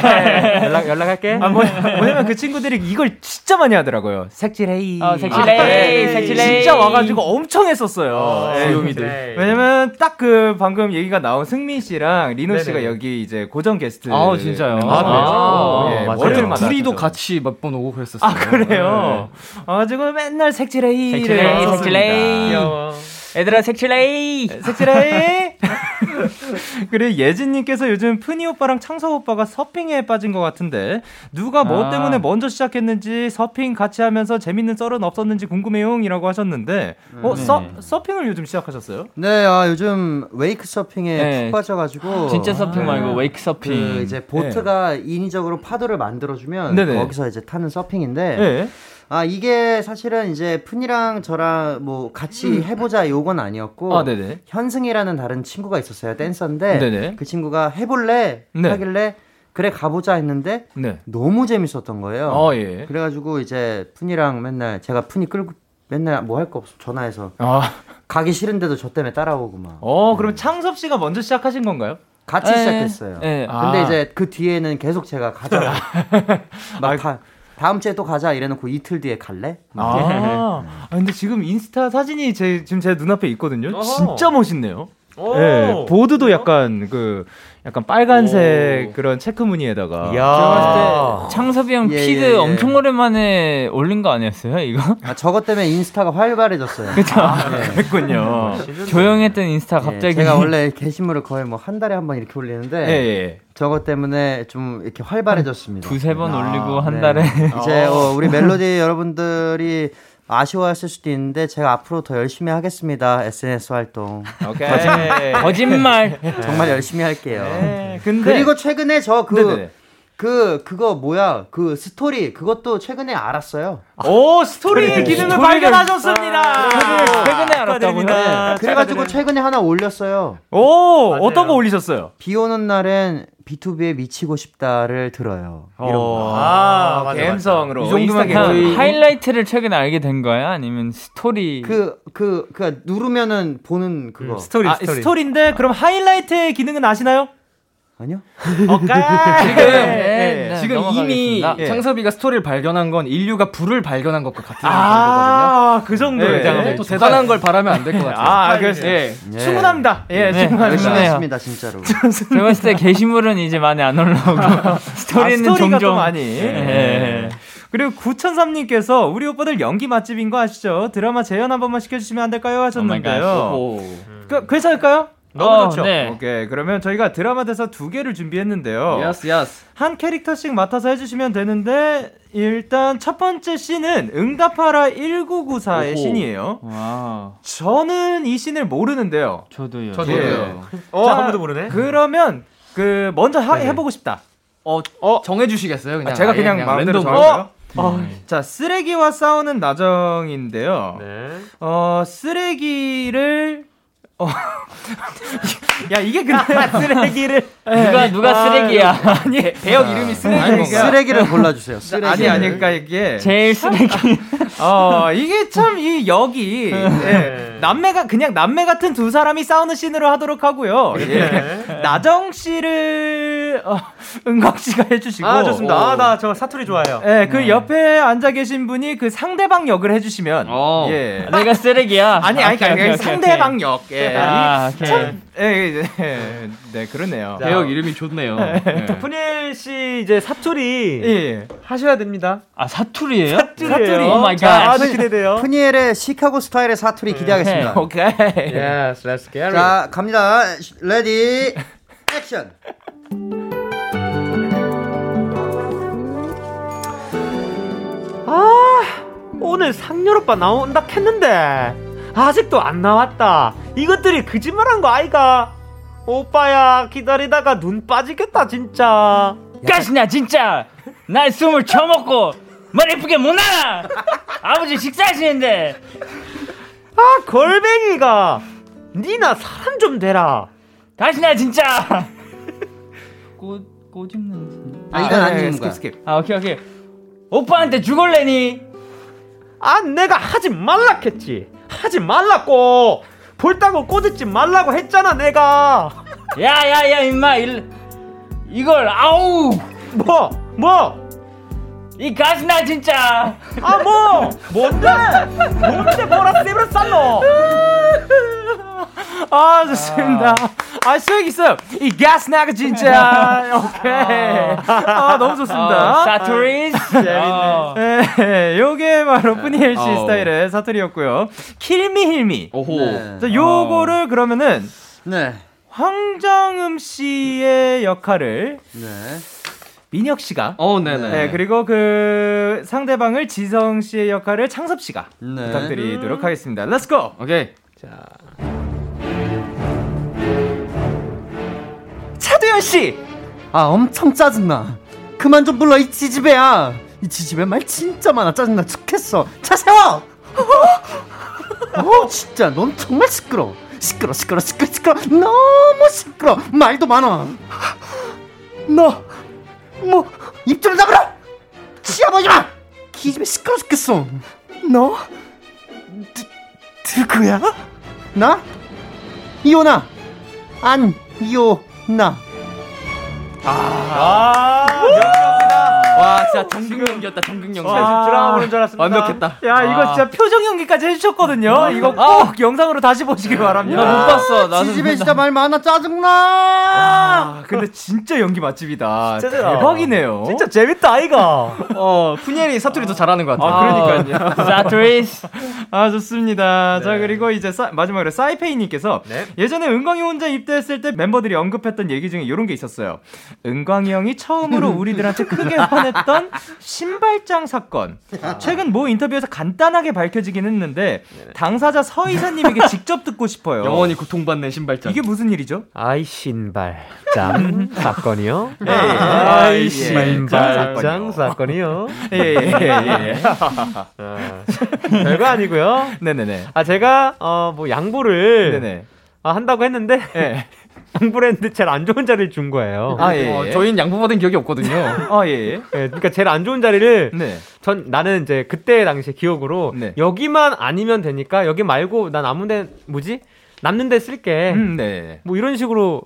연락 연락할게. 아 뭐, 뭐냐면 그 친구들이 이걸 진짜 많이 하더라고요. 색칠레이. 음. 어, 색칠레이. 아, 네. 색칠레이. 진짜 와가지고 엄청 했었어요. 어, 아, 네. 귀요미들. 왜냐면 딱 그 방금 얘기가 나온 승민 씨랑 리노 네네. 씨가 여기 이제 고정 게스트. 아 진짜요. 아, 아, 네. 맞아요. 월요일마다 둘이도 같이 몇 번 오고 그랬었어요. 아 그래요. 네. 아 지금 맨날 색칠레이. 색칠레이. 색칠레이. 귀여워. 애들아 색칠레이 색칠레이 그리고 예진님께서 요즘 푸니 오빠랑 창석 오빠가 서핑에 빠진 것 같은데 누가 뭐 아. 때문에 먼저 시작했는지 서핑 같이 하면서 재밌는 썰은 없었는지 궁금해요이라고 하셨는데 음. 어 서, 서핑을 요즘 시작하셨어요? 네, 아 요즘 웨이크 서핑에 네. 푹 빠져가지고 진짜 서핑 아. 말고 웨이크 서핑 그 이제 보트가 네. 인위적으로 파도를 만들어주면 네네. 거기서 이제 타는 서핑인데. 네. 아 이게 사실은 이제 푼이랑 저랑 뭐 음. 같이 해보자 요건 아니었고 네. 아, 현승이라는 다른 친구가 있었어요 댄서인데 네네. 그 친구가 해볼래 네. 하길래 그래 가보자 했는데 네. 너무 재밌었던 거예요. 아. 어, 예. 그래가지고 이제 푼이랑 맨날 제가 푼이 끌고 맨날 뭐 할 거 없어 전화해서 아. 가기 싫은데도 저 때문에 따라오고 막. 어 그럼 네. 창섭 씨가 먼저 시작하신 건가요? 같이 에이. 시작했어요. 에이. 근데 아. 이제 그 뒤에는 계속 제가 가자고 막 다. 다음 주에 또 가자 이래놓고 이틀 뒤에 갈래? 네. 아, 아 근데 지금 인스타 사진이 제, 지금 제 눈앞에 있거든요. 진짜 멋있네요. 네, 보드도 약간 그 약간 빨간색 그런 체크 무늬에다가 제가 봤을 때 창섭이 형 예, 피드 예, 예. 엄청 오랜만에 올린 거 아니었어요 이거? 아 저것 때문에 인스타가 활발해졌어요. 그렇죠. 아, 네. 그랬군요. 네. 조용했던 인스타 갑자기 예, 예, 제가 원래 게시물을 거의 뭐 한 달에 한 번 이렇게 올리는데 저것 때문에 좀 이렇게 활발해졌습니다. 어, 두세 번 아, 올리고 한 달에 네. 이제 어, 우리 멜로디 여러분들이 아쉬워했을 수도 있는데 제가 앞으로 더 열심히 하겠습니다. SNS 활동. 오케이. 거짓말. 정말 열심히 할게요. 네, 그리고 최근에 저그 그 그거 뭐야 그 스토리 그것도 최근에 알았어요. 오 스토리의 그래. 기능을 스토리를... 발견하셨습니다. 아, 최근에 알았다고요. 네. 그래가지고 최근에 하나 올렸어요. 오 맞아요. 어떤 거 올리셨어요? 비 오는 날엔 B2B에 미치고 싶다를 들어요. 아, 맞아, 감성으로 맞아. 이 정도면 거의... 뭐 하이라이트를 최근에 알게 된 거야? 아니면 스토리? 그 그 그, 그, 누르면은 보는 그거. 음, 스토리 아, 스토리. 스토리인데 아. 그럼 하이라이트의 기능은 아시나요? 아니요. 지금 네, 네, 지금 이미 예. 창섭이가 스토리를 발견한 건 인류가 불을 발견한 것과 같은 아, 거든요그 정도예요. 네, 네. 또 대단한 걸 바라면 안 될 것 같아요. 아, 그래서 예. 충분합니다. 예, 충분합니다. 네, 진짜로. 제가 봤을 때 게시물은 이제 많이 안 올라오고 스토리는 아, 종종 많이. 예. 그리고 9003님께서 우리 오빠들 연기 맛집인 거 아시죠? 드라마 재연 한 번만 시켜주시면 안 될까요? 어. 하셨는데요. 그, 괜찮을까요? 너무 어, 좋죠. 네. 오케이. 그러면 저희가 드라마 대사 두 개를 준비했는데요. 예스, 예스. 한 캐릭터씩 맡아서 해주시면 되는데, 일단 첫 번째 씬은 응답하라 1994의 오호. 씬이에요. 와. 저는 이 씬을 모르는데요. 저도요. 저도요. 예. 어, 자, 아무도 모르네. 그러면, 그, 먼저 하, 해보고 싶다. 어, 어, 정해주시겠어요? 그냥. 아, 제가 그냥, 그냥 마음대로 정할까요? 어, 네. 자 쓰레기와 싸우는 나정인데요. 네. 어 쓰레기를 어, 야 이게 근데 쓰레기를 누가 누가 쓰레기야? 아, 아니 배역 이름이 쓰레기니까 쓰레기를 골라주세요. 쓰레기. 아니 아닐까 이게 제일 쓰레기. 어 이게 참 이 여기 예, 남매가 그냥 남매 같은 두 사람이 싸우는 씬으로 하도록 하고요. 예. 나정 씨를 어, 은광 씨가 해주시고 아 좋습니다. 아 나 저 사투리 좋아해요. 예, 그 네. 옆에 앉아 계신 분이 그 상대방 역을 해주시면 오. 예 내가 쓰레기야. 아니 아니 어. 네. 오케이, 오케이, 상대방 오케이. 역. 예. 아, 참, 예, 예, 네, 그러네요. 어, 배역 이름이 좋네요. 네. 푸닐 씨 이제 사투리 예. 하셔야 됩니다. 아, 사투리예요? 사투리. 오 마이 갓. 아주 기대돼요. 푸니엘의 시카고 스타일의 사투리 네. 기대하겠습니다. 오케이. Yes, let's get it. 자, 갑니다. 레디. 액션. 아, 오늘 상렬 오빠 나온다 했는데 아직도 안 나왔다. 이것들이 거짓말한 거 아이가? 오빠야 기다리다가 눈 빠지겠다 진짜. 가시나 진짜. 날 숨을 쳐먹고 말 예쁘게 못 나가. 아버지 식사하시는데. 아 걸뱅이가 니나 사람 좀 되라. 가시나 진짜. 꽃 꼬집는지. 아 이건 아, 아닌 거야. 스킵 스킵. 아 오케이 오케이. 오빠한테 죽을래니? 아 내가 하지 말라 했지. 하지 말라고 볼따고 꼬집지 말라고 했잖아 내가 야야야 임마 일, 이걸 아우 뭐 뭐 이 가시나 진짜 아 뭐 뭔데 뭔데 뭐라 세브라 살로 아 좋습니다 아 수익 있어요 이 가스나가 진짜 오케이 아 너무 좋습니다 어, 사투리 어. 네, 요게 바로 뿌니엘 씨 어. 스타일의 사투리였고요 킬미 힐미 오호 네. 자 요거를 그러면은 네 황정음 씨의 역할을 네 민혁 씨가. 어, 네네. 네, 그리고 그 상대방을 지성 씨의 역할을 창섭 씨가 네. 부탁드리도록 하겠습니다. 렛츠 고. 오케이. 자. 차두현 씨. 아, 엄청 짜증나. 그만 좀 불러 이 지지배야. 이 지지배 말 진짜 많아. 짜증나 죽겠어. 차 세워. 어, 진짜 넌 정말 시끄러. 시끄러, 시끄러, 시끄러, 시끄러. 너무 시끄러. 말도 많아. 너 뭐, 입술을 다물어! 치아 보지 마! 기집애 시끄러 죽겠어. 너? 드, 드그야? 나? 이오나! 안, 이오나. 아, 아, 아~ 와, 진짜 정극 연기였다, 정극 연기. 드라마 보는 줄 알았습니다. 완벽했다. 아. 야, 아~ 이거 진짜 표정 연기까지 해주셨거든요. 이거 꼭 영상으로 다시 보시길 바랍니다. 나 못 봤어. 나는 지집에 진짜 말 많아, 아, 짜증나! 아, 근데 진짜 연기 맛집이다. 진짜 대박이네요. 진짜 재밌다, 아이가. 어, 푸니엘이 사투리 더 잘하는 것 같아요. 아, 그러니까요. 사투리. 아, 좋습니다. 네. 자, 그리고 이제 사, 마지막으로 사이페이님께서 네? 예전에 은광이 혼자 입대했을 때 멤버들이 언급했던 얘기 중에 이런 게 있었어요. 은광이 형이 처음으로 우리들한테 크게 화냈던 있었던 신발장 사건. 최근 모 인터뷰에서 간단하게 밝혀지긴 했는데 당사자 서 이사님에게 직접 듣고 싶어요. 영원히 고통받는 신발장. 이게 무슨 일이죠? 아이 신발장 사건이요. 예, 예. 네. 아이 예, 신발장 예. 사건이요. 예예예. 아, 별거 아니고요. 네네네. 아 제가 어 뭐 양보를 아, 한다고 했는데 양보를 했는데 제일 안 좋은 자리를 준 네. 거예요. 아, 예, 어, 예. 저희는 양보받은 기억이 없거든요. 아 예. 그러니까 제일 안 좋은 자리를 네. 전 나는 이제 그때 당시 기억으로 여기만 아니면 되니까 여기 말고 난 아무데 뭐지 남는 데 쓸게. 음, 네. 뭐 이런 식으로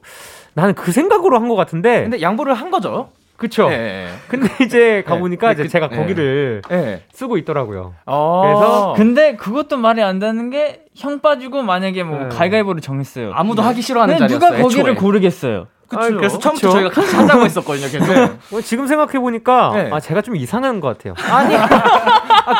나는 그 생각으로 한 것 같은데. 근데 양보를 한 거죠. 어. 그쵸. 예, 예. 네. 근데 이제 가보니까 네, 이제 그- 제가 네. 거기를 예. 쓰고 있더라고요. 어. 그래서 그래서 근데 그것도 말이 안 되는 게 형 빠지고 만약에 뭐 네. 가위가위보를 정했어요. 아무도 네. 하기 싫어하는 누가 자리였어요, 거기를 애초에. 고르겠어요. 아이, 그래서 처음부터 저희가 같이 하자고 했었거든요, 계속. 어, 지금 생각해 보니까 네. 아 제가 좀 이상한 것 같아요. 아,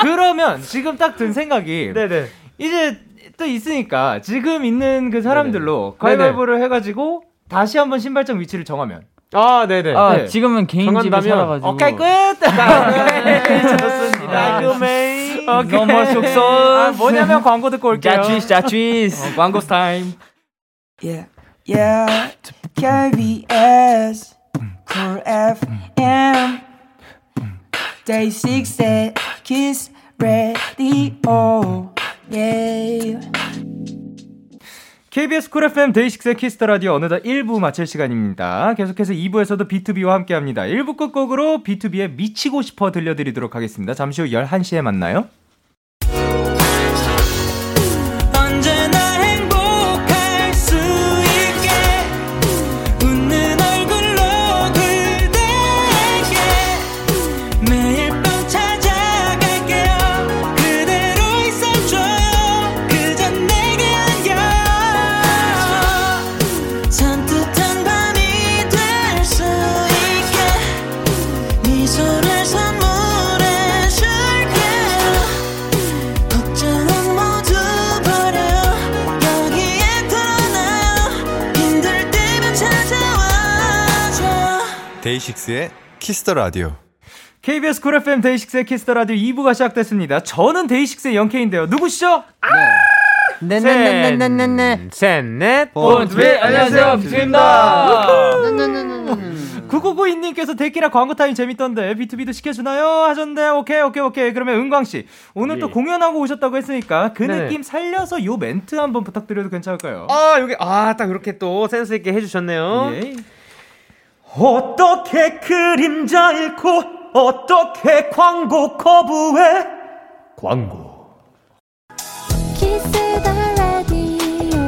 그러면 지금 딱 든 생각이 네네. 이제 또 있으니까 지금 있는 그 사람들로 가위바위보를 해가지고 다시 한번 신발장 위치를 정하면 아 네네. 아, 지금은 개인 집에 살아가지고. 오케이 끝. 오케이, 좋습니다. 그메이. 아, 오케이. 너무 속속. 아, 뭐냐면 광고 듣고 올게요. 어, 자취스 자취스. 광고 타임. Yeah, yeah. KBS, Cool FM, Day 6의 Kiss Radio. 예. Yeah. KBS 쿨 FM 데이식스의 키스터 라디오 어느덧 1부 마칠 시간입니다. 계속해서 2부에서도 B2B와 함께 합니다. 1부 끝곡으로 B2B의 미치고 싶어 들려드리도록 하겠습니다. 잠시 후 11시에 만나요. 언제나 행복할 수 있게 웃는 얼굴로 그대에게 매일 밤 찾아갈게요 그대로 있어줘요 그저 내게 안겨 산뜻한 밤이 될 수네 있게 미소를 선물해 줄게요 걱정은 모두 버려 여기에 털어놔요 힘들 때면 찾아와줘 데이식스의 키스터 라디오. KBS 쿨 FM 데이식스의 키스터 라디오 2부가 시작됐습니다. 저는 데이식스의 영케인데요. 누구시죠? 네. 네네네네네네. 셋넷 본투비. 안녕하세요, 비투비입니다. 9992님께서 데키라 광고 타임 재밌던데 B2B도 시켜주나요? 하셨는데 오케이 오케이 오케이 그러면 은광 씨 오늘 또 공연하고 오셨다고 했으니까 그 예. 네. 느낌 살려서 요 멘트 한번 부탁드려도 괜찮을까요? 아 여기 아 딱 이렇게 또 센스 있게 해주셨네요. 예. 어떻게 그림자 잃고 어떻게 광고 거부해 광고. 키스 더 라디오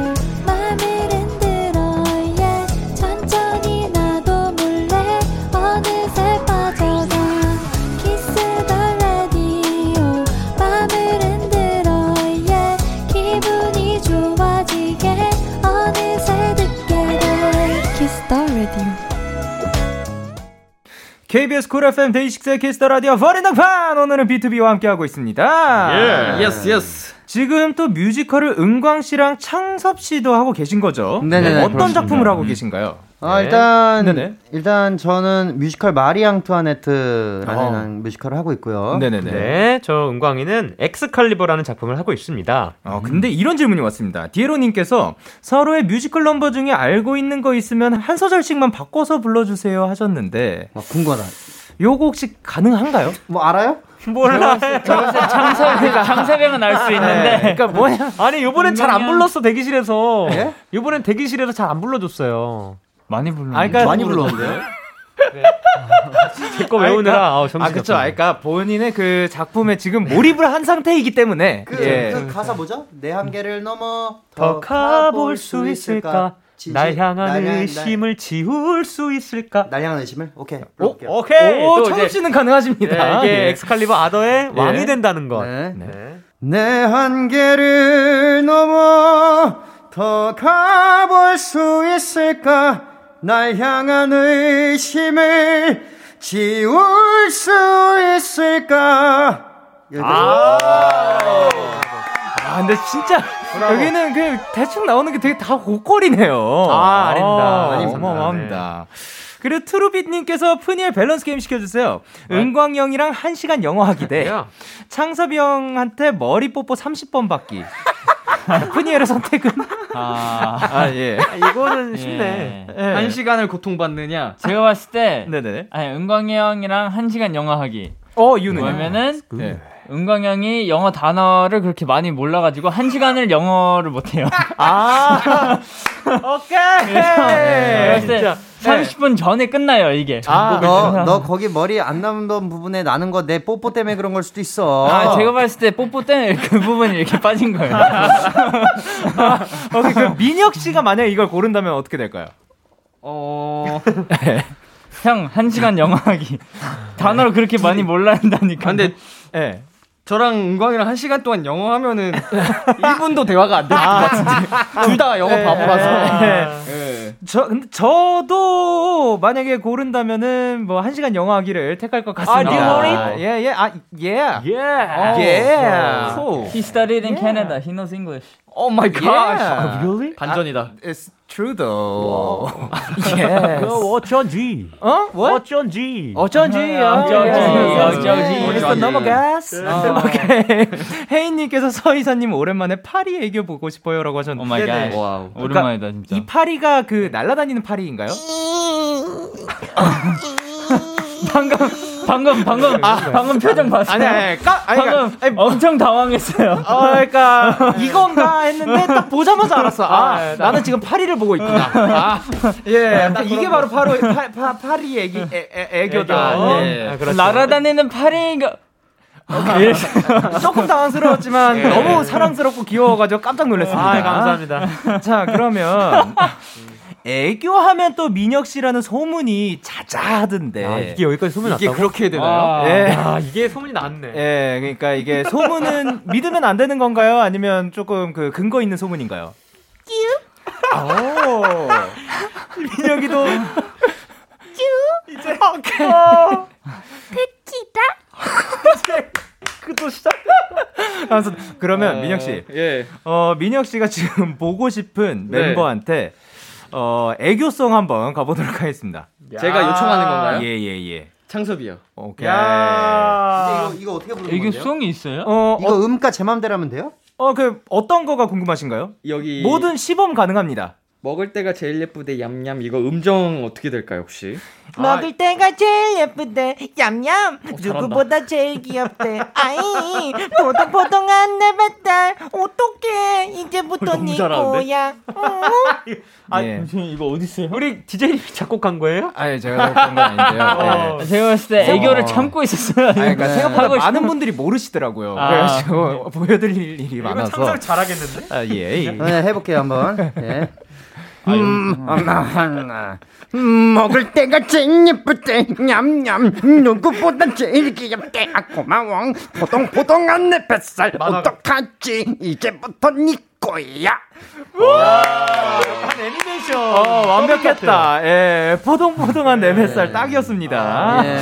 맘을 흔들어 yeah 천천히 나도 몰래 어느새 빠져가 키스 더 라디오 맘을 흔들어 yeah 기분이 좋아지게 어느새 듣게 돼 키스 더 라디오 KBS 쿨 FM 데이식스의 키스터 라디오 버린당판 오늘은 B2B와 함께하고 있습니다. 예. Yes, 예스. 지금 또 뮤지컬을 은광 씨랑 창섭 씨도 하고 계신 거죠? 네네네, 어떤 그렇습니다. 작품을 하고 계신가요? 아, 네. 일단 네네. 일단 저는 뮤지컬 마리 앙투아네트라는 어. 뮤지컬을 하고 있고요. 네, 저 은광이는 엑스칼리버라는 작품을 하고 있습니다. 어, 근데 이런 질문이 왔습니다. 디에로님께서 서로의 뮤지컬 넘버 중에 알고 있는 거 있으면 한 소절씩만 바꿔서 불러주세요 하셨는데. 궁금하다. 요거 혹시 가능한가요? 네, 뭐 알아요? 몰라. 그 장사 장사병은 알 수 있는데. 그러니까 뭐야? 아니 요번엔 잘 안 불렀어 대기실에서. 예? 요번엔 대기실에서 잘 안 불러줬어요. 많이 불렀는데. 아, 그러니까 많이 불렀는데요? 제거 외우느라 아우, 정신이 아 그쵸. 없었네. 아, 그러니까 본인의 그 작품에 지금 몰입을 한 상태이기 때문에. 예. 그, 그 가사 뭐죠? 내 한계를 넘어 예. 더 가볼 수 있을까? 그 날 향한 의심을 어? 지울 수 있을까? 날 향한 의심을? 오케이. 오, 불러볼게요. 오케이. 오, 또 창섭 이제- 씨는 가능하십니다. 네, 이게 예. 엑스칼리버 아더의 예. 왕이 된다는 것. 네. 내 한계를 넘어 더 가볼 수 있을까? 날 향한 의심을 지울 수 있을까? 아. 아, 근데 진짜 여기는 그 대충 나오는 게 되게 다 고퀄이네요. 아, 아닙니다. 아, 아닙니다. 어마어마합니다. 그리고 트루빗님께서 푸니엘 밸런스 게임 시켜주세요. 은광이 형이랑 1시간 영어하기 대 창섭이 형한테 머리 뽀뽀 30번 받기. 푸니엘의 선택은? 아, 아 예. 이거는 쉽네. 예. 예. 한 시간을 고통받느냐? 제가 봤을 때, 네네. 아니, 은광이 형이랑 한 시간 영어하기. 어, 이유는? 아, 왜냐면은, 네. 은광이 형이 영어 단어를 그렇게 많이 몰라가지고, 한 시간을 영어를 못해요. 아, 오케이! 네, 네, 30분 전에 끝나요, 이게. 아, 너, 너 거기 머리 안 남던 부분에 나는 거 내 뽀뽀 때문에 그런 걸 수도 있어. 아, 제가 봤을 때 뽀뽀 때문에 그 부분이 이렇게 빠진 거예요. 아, 오케이, 그 민혁 씨가 만약 이걸 고른다면 어떻게 될까요? 네. 어. 형, 한 시간 영화하기. 단어를 그렇게 많이 몰라 한다니까. 아, 근데, 예. 네. 저랑 은광이랑 한 시간 동안 영어 하면은 1분도 대화가 안 될 것 같은데 둘 다 영어 바보라서. 네. 예. 저 근데 저도 만약에 고른다면은 뭐 한 시간 영어 하기를 택할 것 네, 같습니다. 아, 아 예, 예, 아, 예. 예. 예. Cool. He studied in yeah. Canada. He knows English. Oh my gosh. Yeah. Oh, really? 반전이다. I, 아, it's true though. yes. 어, 어쩐지. 어? 뭐? What? 어쩐지. 어쩐지. 어쩐지. 어쩐지. 어디서 넘어갔어? 오케이. 혜인님께서 서이사님 오랜만에 파리 애교 보고 싶어요라고 하셨는데. 오 마이 갓. 와우. 오랜만이다 진짜. 이 파리가 그 날아다니는 파리인가요? 방금 방금 방금 아, 방금 표정 봤어요. 아니, 아니, 까, 아니 방금 아니, 엄청 당황했어요. 어, 그러니까 이건가 했는데 딱 보자마자 알았어. 아, 아 나는 지금 파리를 보고 있구나. 아, 예, 아, 이게 바로 바로 파, 파, 파리 애기, 애, 애, 애교다. 애교. 예, 예. 그렇죠. 날아다니는 파리가 조금 당황스러웠지만 예. 너무 사랑스럽고 귀여워가지고 깜짝 놀랐습니다. 아, 감사합니다. 자, 그러면 애교하면 또 민혁 씨라는 소문이 자자하던데. 아, 이게 여기까지 소문이 이게 났다고? 그렇게 되나요? 아, 예. 아, 이게 소문이 났네. 예, 그러니까 이게 소문은 믿으면 안 되는 건가요? 아니면 조금 그 근거 있는 소문인가요? 오. 민혁이도 그 쭈. 이제 어. 특기다. 그또 시작. 그래서 그러면 아. 어, 민혁 씨, 예. 어 민혁 씨가 지금 보고 싶은 네. 멤버한테 어, 애교송 한번 가보도록 하겠습니다. 제가 요청하는 건가요? 예, 예, 예. 창섭이요. 오케이. 이거, 이거 어떻게 부르는 애교송이 건데요? 애교송이 있어요? 어, 이거 어, 음가 제 맘대로 하면 돼요? 어, 그, 어떤 거가 궁금하신가요? 여기. 모든 시범 가능합니다. 먹을 때가 제일 예쁘대 얌얌 이거 음정 어떻게 될까요 혹시? 아. 먹을 때가 제일 예쁘대 얌얌 어, 누구보다 제일 귀엽대 아이 보동보동한 내 배달 어떡해 이제부터 네 거야 어. 응? 아 예. 이거 어디 있어요? 우리 디제이 작곡한 거예요? 아니 제가 작곡한 건 아닌데요. 어. 네. 제가 봤을 때 애교를 어. 참고 있었어요. 아니, 그러니까 네. 생각보다 많은 분들이 모르시더라고요. 아. 그래가지고 보여드릴 일이 많아서. 참석 잘하겠는데? 아 예. 네, 해볼게요 한번. 예. 음, 하나, 하나. 음, 먹을 때가 제일 예쁘대. 냠냠. 음, 누구보다 제일 귀엽대. 아, 고마워. 보동보동한 내 뱃살. 맞아. 어떡하지? 이제부터 니네 거야. 한 애니메이션. 어, 완벽했다. 예, 포동포동한 내 뱃살 예. 딱이었습니다. 아, 예,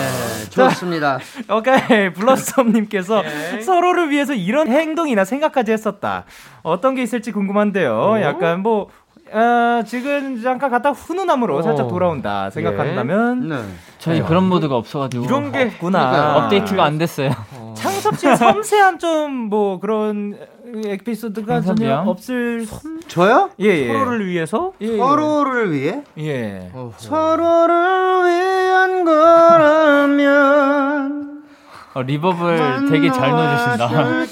좋습니다. 자, 오케이. 예, 블러썸님께서 예. 서로를 위해서 이런 행동이나 생각까지 했었다. 어떤 게 있을지 궁금한데요. 오? 약간 뭐, 어, 지금 잠깐 갔다 훈훈함으로 어. 살짝 돌아온다 생각한다면 예. 네. 저희 그런 모드가 없어가지고 이런 게 없구나 그러니까. 업데이트가 안 됐어요. 어. 창섭 씨의 섬세한 좀 뭐 그런 에피소드가 전혀 없을 섬... 저요? 예, 예. 서로를 위해서 예, 서로를 위해 예 어, 서로를 위한 거라면 어, 리버브를 되게 잘 넣어주신다.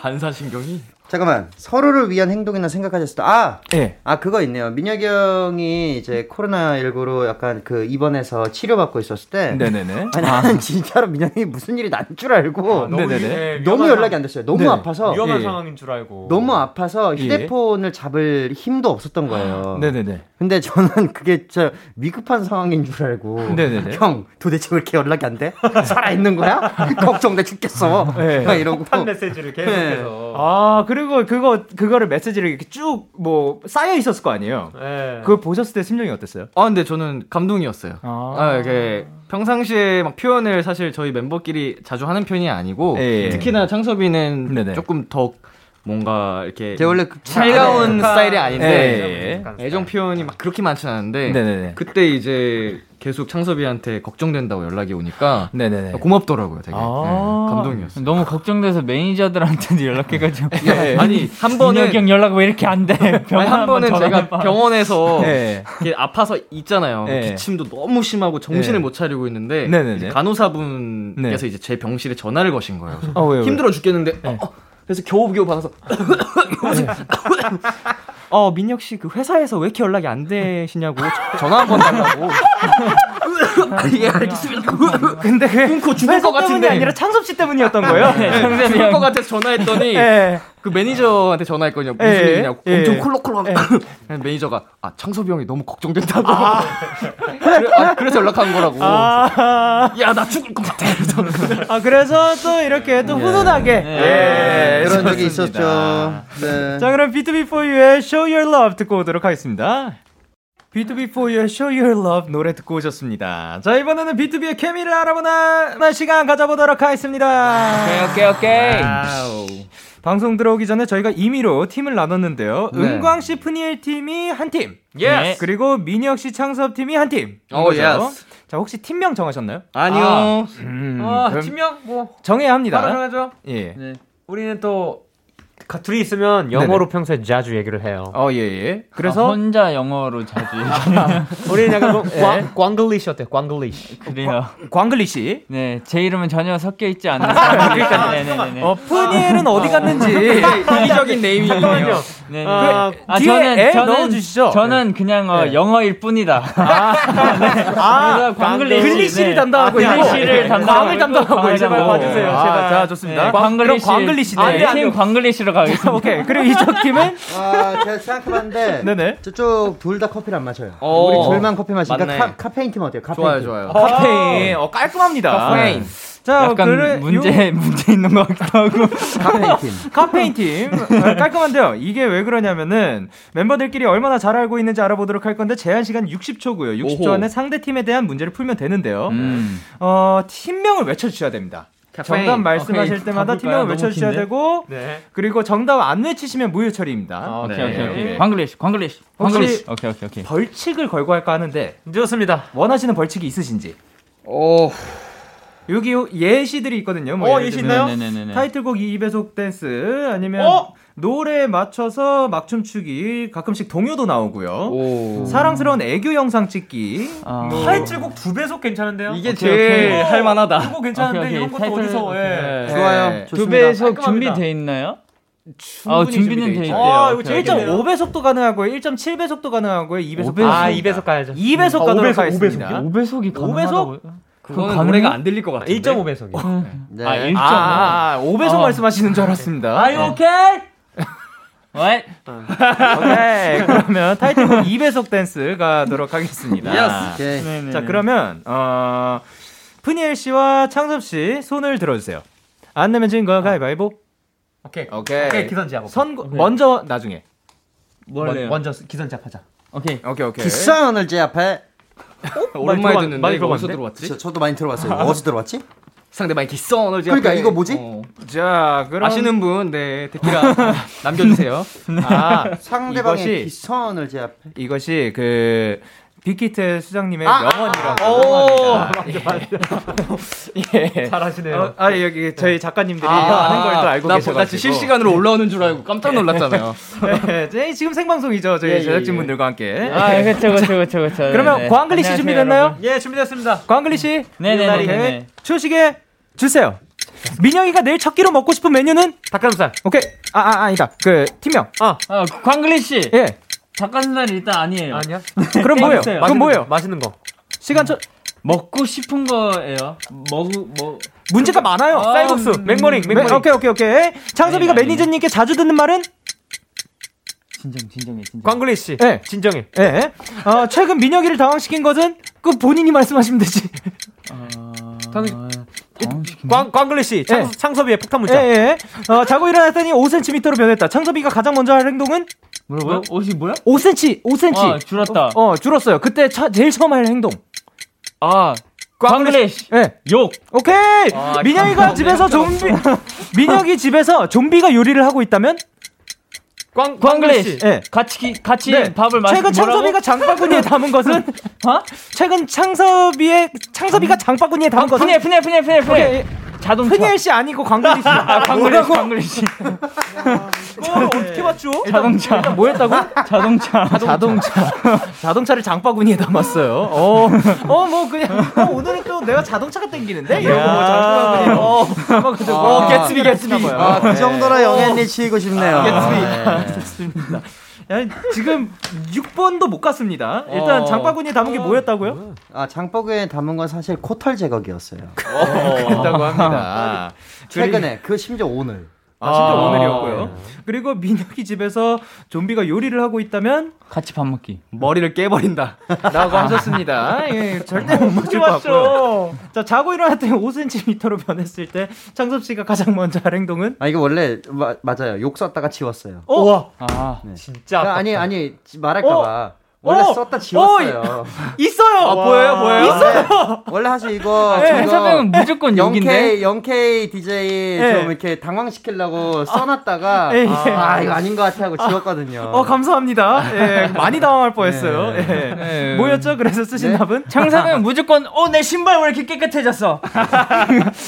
반사신경이 잠깐만 서로를 위한 행동이나 생각하셨을 때아아 예. 네. 아, 그거 있네요 민혁이 형이 이제 코로나 19로 약간 그 입원해서 치료받고 있었을 때 네네네 아니 아. 진짜로 민혁이 무슨 일이 난 줄 알고 아, 너무, 네네네 예, 너무 연락이 안 됐어요 너무 네네. 아파서 위험한 예. 상황인 줄 알고 너무 아파서 휴대폰을 예. 잡을 힘도 없었던 거예요 어. 네네네 근데 저는 그게 저 위급한 상황인 줄 알고 네네네 형 도대체 왜 이렇게 연락이 안 돼 살아 있는 거야 걱정돼 죽겠어 네. 막 이러고 폭탄 메시지를 계속해서 어. 네. 아 그래 그리고 그거 그거를 메시지를 이렇게 쭉 뭐 쌓여 있었을 거 아니에요. 예. 네. 그걸 보셨을 때 심정이 어땠어요? 아 근데 저는 감동이었어요. 아, 아 이게 평상시에 막 표현을 사실 저희 멤버끼리 자주 하는 편이 아니고 예. 특히나 창섭이는 네네. 조금 더 뭔가 이렇게 제 원래 그 아, 네. 차가운 스타일이 아닌데 예, 예. 애정 표현이 막 그렇게 많진 않은데 네네네. 그때 이제 계속 창섭이한테 걱정된다고 연락이 오니까 네네네. 고맙더라고요 되게 아~ 네, 감동이었어요 너무 걱정돼서 매니저들한테도 연락해가지고 예, 아니 한 번은 형 연락 왜 이렇게 안돼 한 번은 제가 병원에서 예. 네. 아파서 있잖아요 기침도 너무 심하고 정신을 네. 못 차리고 있는데 이제 간호사분께서 이제 제 병실에 전화를 거신 거예요 아, 왜, 왜. 힘들어 죽겠는데 어, 어. 그래서 겨우겨우 받아서 어 민혁 씨 그 회사에서 왜 이렇게 연락이 안 되시냐고 전화 한 번 달라고 예 알겠습니다 근데 그 끊고 죽을 것 같은데 아니라 창섭 씨 때문이었던 거예요 네, 죽을 것 같아서 전화했더니 예. 네. 그 매니저한테 전화했거든요 무슨 네. 일이냐고 엄청 콜록콜록 매니저가 아 창섭이 형이 너무 걱정된다고 아. 그래, 아, 서 연락한 거라고 아. 야나 죽을 것 같아 그래서. 아 그래서 또 이렇게 네. 또 훈훈하게 예, 이런 적이 있었죠 네. 자 그럼 B2B4U의 Show Your Love 듣고 오도록 하겠습니다 B2B4의 Show Your Love 노래 듣고 오셨습니다. 자, 이번에는 B2B의 케미를 알아보는 시간 가져보도록 하겠습니다. 오케이, 오케이, 오케이. 와우. 방송 들어오기 전에 저희가 임의로 팀을 나눴는데요. 네. 은광 씨, 푸니엘 팀이 한 팀. 네. 예. 그리고 민혁 씨, 창섭 팀이 한 팀. 어, 예스. 자, 혹시 팀명 정하셨나요? 아니요. 아, 음, 아 팀명? 뭐. 정해야 합니다. 바로 정하죠. 예. 네. 우리는 또 둘이 있으면 영어로 네네. 평소에 자주 얘기를 해요. 어, 예, 예. 그래서. 아, 아, 혼자 영어로 자주. 우리는 약간 뭐, 예. 광글리시 어때요? 광글리시. 뭐? 그래요. 광글리시? 네, 제 이름은 전혀 섞여 있지 않는 그러니까, 네네네. 어, 푸니엘은 어디 갔는지. 이기적인 네이밍이에요. 네. 아, 아, 저는, 에 저는, 그 넣어주시죠. 네. 저는 그냥 어, 네. 영어일 뿐이다. 아, 네. 아 광글리시. 글리시를 네. 담당하고 있고. 글리시를 담당하고 광을 담당하고 있고. 제발 봐주세요. 제발. 자, 좋습니다. 네. 광글리시. 아, 그럼 네. 광글리시. 네. 어, 팀 광글리시로 가 오케이. 그리고 이쪽 팀은? 아, 제가 생각해봤는데. 네네. 저쪽 둘 다 커피를 안 마셔요. 우리 둘만 커피 마시니까 카, 카페인 팀 어때요? 카페인. 좋아요, 좋아요. 어, 카페인. 어, 깔끔합니다. 카페인. 자, 약간 그래, 문제 요... 문제 있는 것 같기도 하고. 카페인 팀. 카페인 팀. 아, 깔끔한데요. 이게 왜 그러냐면은 멤버들끼리 얼마나 잘 알고 있는지 알아보도록 할 건데 제한 시간 60초고요. 60초 안에 상대 팀에 대한 문제를 풀면 되는데요. 음. 어, 팀명을 외쳐 주셔야 됩니다. 정답 어, 말씀하실 오케이, 때마다 팀명을 외쳐주셔야 되고 네. 그리고 정답 안 외치시면 무효 처리입니다. 아, 오케이, 네. 오케이 오케이 오케이. 광글리시 광글리시 광글리시. 오케이 오케이 오케이. 벌칙을 걸고 할까 하는데 좋습니다. 원하시는 벌칙이 있으신지. 오. 여기 예시들이 있거든요. 뭐 어, 예시 있나요? 네, 타이틀곡 이배속 댄스 아니면 어? 노래에 맞춰서 막춤 추기 가끔씩 동요도 나오고요. 오. 사랑스러운 애교 영상 찍기. 아. 뭐. 타이틀곡 두 배속 괜찮은데 이게 제일 할 만하다. 이거 어, 괜찮은데 오케이, 오케이. 이런 것도 타이틀, 어디서 예. 좋아요. 두 배속 준비돼 있나요? 아, 준비는 돼 있대요. 아, 1.5배속도 가능하고요. 1.7배속도 가능하고요. 2배속. 5배속. 아, 2배속 가야죠. 2배속 아, 가도록 5배속, 하겠습니다. 5배속이 가능하다고요? 5배속? 그거는 가능... 노래가 안 들릴 것 같아요. 1.5배속이요. 어. 네. 아, 1.5. 아, 아 5배속 어. 말씀하시는 줄 알았습니다. 아, 이거 오케이? 왜? 네. 오케이. 그러면 타이틀곡 2배속 댄스 가도록 하겠습니다. 예스. 네. 오케이. 네네네. 자, 그러면 어 푸니엘 씨와 창섭 씨 손을 들어 주세요. 안 내면 진거 아. 가위바위보. 오케이. 오케이. 오케이. 기선제압. 선 오케이. 먼저 나중에. 뭘 먼저 기선제압 하자. 오케이. 오케이, 오케이. 기선을 제압해. 어? 오랜만에 듣는데 많이 이거 어디서 들어왔지? 저, 저도 많이 들어봤어요. 어디서 들어왔지? 상대방이 기선을 그러니까 앞에... 이거 뭐지? 어. 자, 그럼 아시는 분, 네, 데키라 남겨주세요. 네. 아, 상대방의 이것이, 기선을 제 앞에 이것이 그 빅히트 수장님의 아, 명언이라고 아, 합니다. 예. 예. 잘하시네요. 어, 아 여기 저희 작가님들이 아, 하는 걸 또 알고 계셔가지고 같이 실시간으로 올라오는 줄 알고 깜짝 놀랐잖아요. 예, 예, 지금 생방송이죠 저희 예, 제작진분들과 함께. 아 그렇죠 그렇죠 그렇죠 그렇죠. 그러면 네. 광글리 씨 준비됐나요? 여러분. 예 준비됐습니다. 광글리 씨 네네네. 초식에 주세요. 민영이가 내일 첫 끼로 먹고 싶은 메뉴는 닭가슴살. 오케이. 아, 아 아니다. 그 팀명. 아, 아 광글리 씨. 예. 닭가슴살 일단 아니에요. 네, 아니야? 그럼 뭐예요? 그럼 맛있는, 뭐예요? 맛있는 거. 시간 초 먹고 싶은 거예요. 먹으 뭐 문제가 많아요. 아, 쌀국수, 음, 맥머링, 맥머링. 맥, 오케이 오케이 오케이. 창섭이가 네, 매니저님께 자주 듣는 말은 진정 진정해 진정. 광글리 씨. 네. 진정해. 예. 네. 어, 최근 민혁이를 당황시킨 것은 그 본인이 말씀하시면 되지. 어... 당... 아, 광, 광글리 씨, 창, 예. 창섭이의 폭탄 문자. 예, 예. 어, 자고 일어났더니 5cm로 변했다. 창섭이가 가장 먼저 할 행동은? 뭐라고요? 뭐, 옷이 뭐야? 5cm, 5cm. 아, 줄었다. 어, 어 줄었어요. 그때 차, 제일 처음 할 행동. 아, 광글리시. 예. 욕. 오케이! 아, 민혁이가 집에서 좀비, 민혁이 집에서 좀비가 요리를 하고 있다면? 예. 광, 광글리 씨. 네. 같이, 같이 네. 밥을 마시 최근 창섭이가 장바구니에 담은 것은? 어? 음. 최근 창섭이의, 창섭이가 장바구니에 담은 것은? 푸니엘, 푸니엘, 푸니엘, 푸니엘. 푸니엘. 자동차. 푸니엘 씨 아니고 광글리 씨. 아, 광글리 씨, 광글리 씨. 그걸 어떻게 맞죠? 자동차. 일단 뭐 했다고? 자동차. 자동차. 자동차를 장바구니에 담았어요. 어, 어, 뭐 그냥 어, 오늘은 또 내가 자동차가 아, 땡기는데 예. 이러고 뭐 장바구니에 어, 담아가지고 어, 개츠비 개츠비. 아, 그 정도라 영앤리 치고 싶네요. 네. 아, 개츠비. 좋습니다. 야, 지금 6번도 못 갔습니다. 어. 일단 장바구니에 담은 게 뭐였다고요? 아 장바구니에 담은 건 사실 코털 제거기였어요. 그렇다고 합니다. 최근에 그 심지어 오늘. 아, 진짜 아~ 오늘이었고요. 네. 그리고 민혁이 집에서 좀비가 요리를 하고 있다면 같이 밥 먹기. 머리를 깨버린다. 라고 아, 하셨습니다. 예, 절대 못 맞출 것 같고요. 자, 자고 일어났더니 5cm로 변했을 때 창섭 씨가 가장 먼저 할 행동은? 아, 이거 원래 마, 맞아요. 욕 썼다가 지웠어요. 어? 와. 아, 네. 진짜. 그러니까 아니, 아니, 말할까 봐. 어? 원래 오! 썼다 지웠어요. 오! 있어요. 아, 보여요, 보여요. 있어요. 네. 원래 사실 이거 네, 해서면 무조건 0K, 욕인데. 0K DJ 예. 네. 좀 이렇게 당황시키려고 써놨다가 아, 아, 아 이거 아닌 것 같아 하고 지웠거든요. 어 감사합니다. 예, 많이 당황할 뻔했어요. 네. 예. 뭐였죠? 그래서 쓰신 답은 창사면 무조건 어 내 신발 왜 이렇게 깨끗해졌어.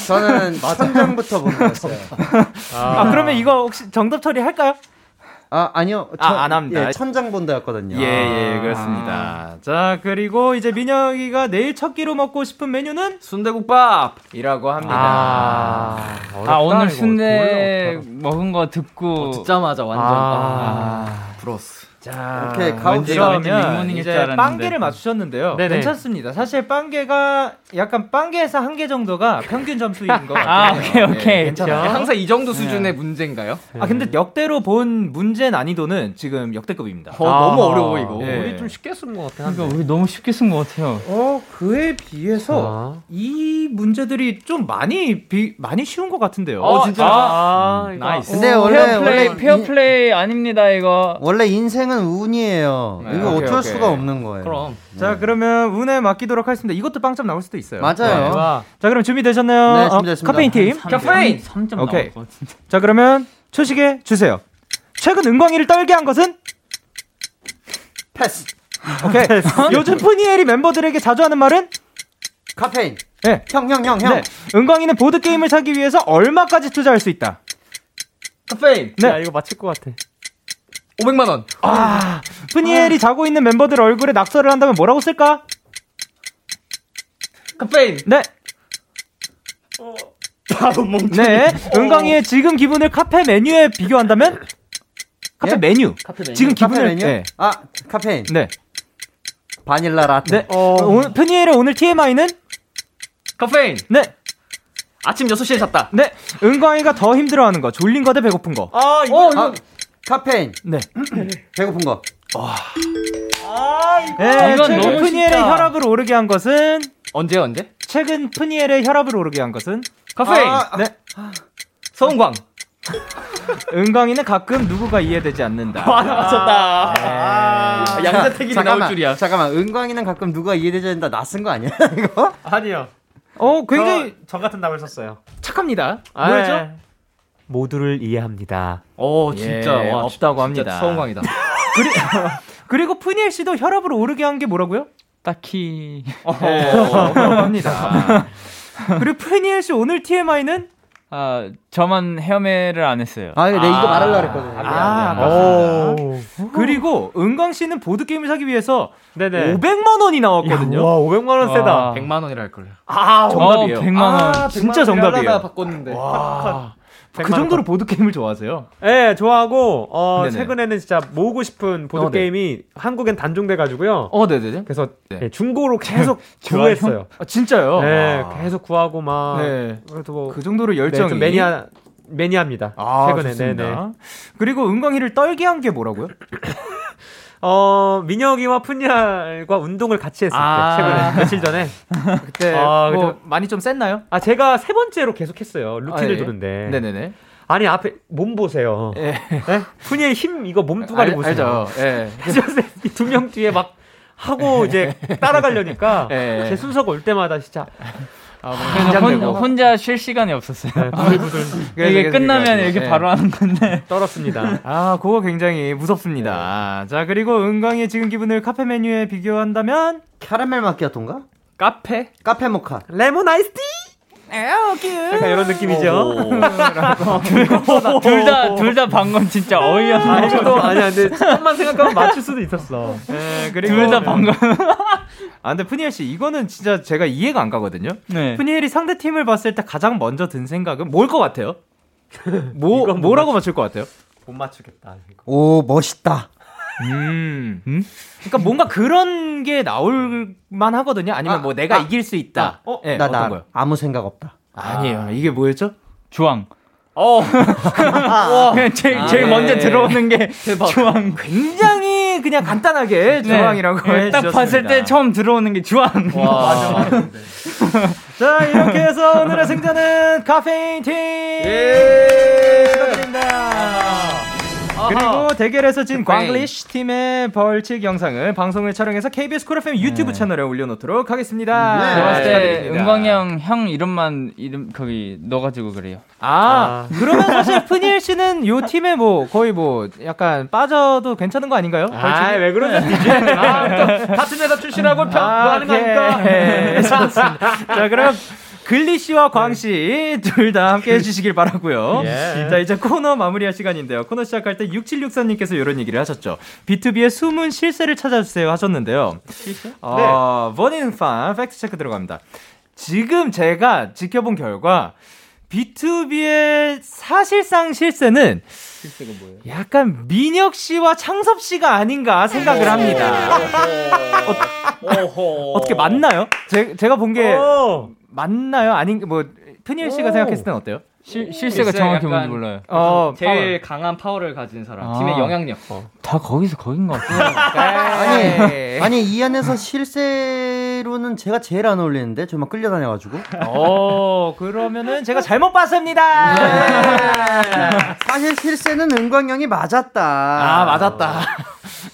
저는 선정부터 보는 거였어요. 아 그러면 이거 혹시 정답 처리 할까요? 아 아니요 아 안 합니다 예, 천장 본다였거든요 예예 예, 그렇습니다 아. 자 그리고 이제 민혁이가 내일 첫 끼로 먹고 싶은 메뉴는 순대국밥이라고 합니다 아, 어렵다, 아 오늘 순대 먹은 거 듣고 어, 듣자마자 완전 아, 아. 브로스 자, 이렇게 가운데면 이제 빵개를 맞추셨는데요. 네네. 괜찮습니다. 사실 빵개가 약간 빵개에서 한 개 정도가 평균 점수인 것 같아요. 아, 오케이 오케이. 네, 괜찮아요. 항상 이 정도 수준의 네. 문제인가요? 네. 아 근데 역대로 본 문제 난이도는 지금 역대급입니다. 네. 어, 아, 너무 어려워 이거. 우리 좀 쉽게 쓴 것 같아요. 그러니까 우리 너무 쉽게 쓴 것 같아요. 어 그에 비해서 아. 이 문제들이 좀 많이 비, 많이 쉬운 것 같은데요. 어 진짜. 아, 음, 나이스. 근데 원래 페어플레이 원래 페어플레이 이, 아닙니다 이거. 원래 인생은 운이에요. 네, 이거 오케이, 어쩔 오케이. 수가 없는 거예요. 그럼. 네. 자, 그러면 운에 맡기도록 하겠습니다. 이것도 빵점 나올 수도 있어요. 맞아요. 네. 자, 그럼 준비되셨나요? 네, 준비됐습니다. 어, 카페인 팀. 카페인! 3점 오케이. 자, 그러면 초식에 주세요. 최근 은광이를 떨게 한 것은? 패스. 오케이. 패스. 네. 요즘 푸니엘이 멤버들에게 자주 하는 말은? 카페인. 네. 형, 형, 형, 형. 은광이는 보드게임을 사기 위해서 얼마까지 투자할 수 있다? 카페인. 네. 야, 이거 맞힐 것 같아. 500만 원. 아, 푸니엘이 아. 자고 있는 멤버들 얼굴에 낙서를 한다면 뭐라고 쓸까? 카페인. 네. 어. 바로 멍청. 네. 어. 은광이의 지금 기분을 카페 메뉴에 비교한다면? 카페 예? 메뉴. 카페 메뉴. 지금 카페 기분을 메뉴? 네. 아, 카페인. 네. 바닐라 라떼. 네. 어. 오늘 푸니엘의 오늘 TMI는? 카페인. 네. 아침 6시에 잤다. 네. 은광이가 더 힘들어하는 거. 졸린 거 대 배고픈 거. 아, 이거. 아. 카페인. 네. 배고픈 거. 와. 아, 이거 네, 이건 최근 너무 푸니엘의 쉽다. 혈압을 오르게 한 것은 언제 언제? 최근 푸니엘의 혈압을 오르게 한 것은 카페인. 아, 네. 아, 서은광. 은광이는 가끔 누구가 이해되지 않는다. 아, 맞췄다. 아, 아, 양자택일이 잠깐만, 나올 줄이야. 잠깐만, 은광이는 가끔 누가 이해되지 않는다. 나 쓴 거 아니야? 이거? 아니요. 어, 굉장히 저, 저 같은 답을 썼어요. 착합니다. 아, 예. 뭐였죠? 아, 예. 모두를 이해합니다. 오 진짜 예, 와, 없다고 합니다. 서운광이다. 그리, 그리고 푸니엘 씨도 혈압을 오르게 한 게 뭐라고요? 딱히 합니다. 그리고 푸니엘 씨 오늘 TMI는 아 저만 헤어매를 안 했어요. 아, 네 아, 이거 말하려 그랬거든요. 아, 아, 그리고 은광 씨는 보드 게임을 사기 위해서 네네. 500만 원이 나왔거든요. 야, 와, 500만 원 세다. 100만 원이랄 걸. 아, 정답이에요. 어, 100만 원. 아, 진짜 정답이에요. 바꿨는데. 그 정도로 보드 게임을 좋아하세요? 네, 좋아하고 어, 네네. 최근에는 진짜 모으고 싶은 보드 게임이 어, 한국엔 단종돼 네. 가지고요. 어, 네네. 그래서 네. 중고로 계속 구했어요. 아, 진짜요? 네, 와. 계속 구하고 막. 네. 뭐, 그 정도로 열정이. 네, 매니아 매니아입니다. 아, 최근에 좋습니다. 네네. 그리고 은광이를 떨게 한 게 뭐라고요? 어, 민혁이와 푼열과 운동을 같이 했을 아~ 때, 최근에, 며칠 전에. 그때, 어, 뭐 많이 좀 셌나요? 아, 제가 세 번째로 계속 했어요. 루틴을 아, 예. 도는데. 네네네. 아니, 앞에 몸 보세요. 예. 네? 푸니엘 힘, 이거 몸 두가리 알, 보세요. 알죠. 예. 두명 예, 뒤에 막 하고 이제 따라가려니까 제 순서가 올 때마다 진짜 아, 그래서 혼, 혼자 쉴 시간이 없었어요. 네, 이게 끝나면 이렇게 네. 바로 하는 건데 떨었습니다. 아 그거 굉장히 무섭습니다. 네. 자 그리고 은광의 지금 기분을 카페 메뉴에 비교한다면 카라멜 마키아토인가? 카페? 카페 모카. 레몬 아이스티? 약간 이런 느낌이죠. 둘다 둘 다 방금 진짜 어이없어. 아니 근데 조금만 생각하면 맞출 수도 있었어. 네, 둘다 방금. 아 근데 푸니엘 씨 이거는 진짜 제가 이해가 안 가거든요. 네. 푸니엘이 상대 팀을 봤을 때 가장 먼저 든 생각은 뭘 것 같아요? 뭐 뭐라고 맞출 것 같아요? 못 맞추겠다. 이거. 오 멋있다. 음. 음. 그러니까 뭔가 그런 게 나올 만 하거든요. 아니면 아, 뭐 내가 아, 이길 수 있다. 아, 어? 네, 나, 나 아무 생각 없다. 아니에요. 이게 뭐였죠? 주황. 어. 그냥 제일, 제일 먼저 들어오는 게 아, 네. 대박. 주황. 굉장히 그냥 간단하게 주황이라고 네. 네, 딱 봤을 때 처음 들어오는 게 주황. 맞아. 맞아. 자, 이렇게 해서 오늘의 승자는 카페인 팀. 예! 축하드립니다. 그리고 대결에서 진 광글리쉬 팀의 벌칙 영상을 방송을 촬영해서 KBS 쿨 FM 유튜브 네. 채널에 올려놓도록 하겠습니다. 네. 네. 은광이 형, 형 이름만 이름 거기 넣어가지고 그래요. 아, 아. 그러면 사실 푸니엘 씨는 요 팀에 뭐 거의 뭐 약간 빠져도 괜찮은 거 아닌가요? 아왜 그러냐 아, 같은 회사 출신하고 아, 평가하는 거니까. 네, 예, 자 그럼. 글리 씨와 광 씨 둘 다 함께 해주시길 바라고요. 예. 자 이제 코너 마무리할 시간인데요. 코너 시작할 때 6764님께서 이런 얘기를 하셨죠. B2B의 숨은 실세를 찾아주세요 하셨는데요. 실세? 어, 네. 버닝 판 팩트 체크 들어갑니다. 지금 제가 지켜본 결과 B2B의 사실상 실세는 약간 민혁 씨와 창섭 씨가 아닌가 네. 생각을 합니다. 어, 떻게 맞나요? 제, 제가 본게 어. 맞나요? 아닌 뭐 푸니엘 씨가 생각했을 때는 어때요? 실, 실세가 정확히 뭔지 몰라요. 어, 제일 파워. 강한 파워를 가진 사람. 아, 팀의 영향력. 어. 다 거기서 거긴 것 같아요. 아니, 아니, 이 안에서 실세로는 제가 제일 안 어울리는데? 저만 끌려다녀가지고. 어, 그러면은 제가 잘못 봤습니다! 사실 실세는 은광형이 맞았다. 아, 맞았다.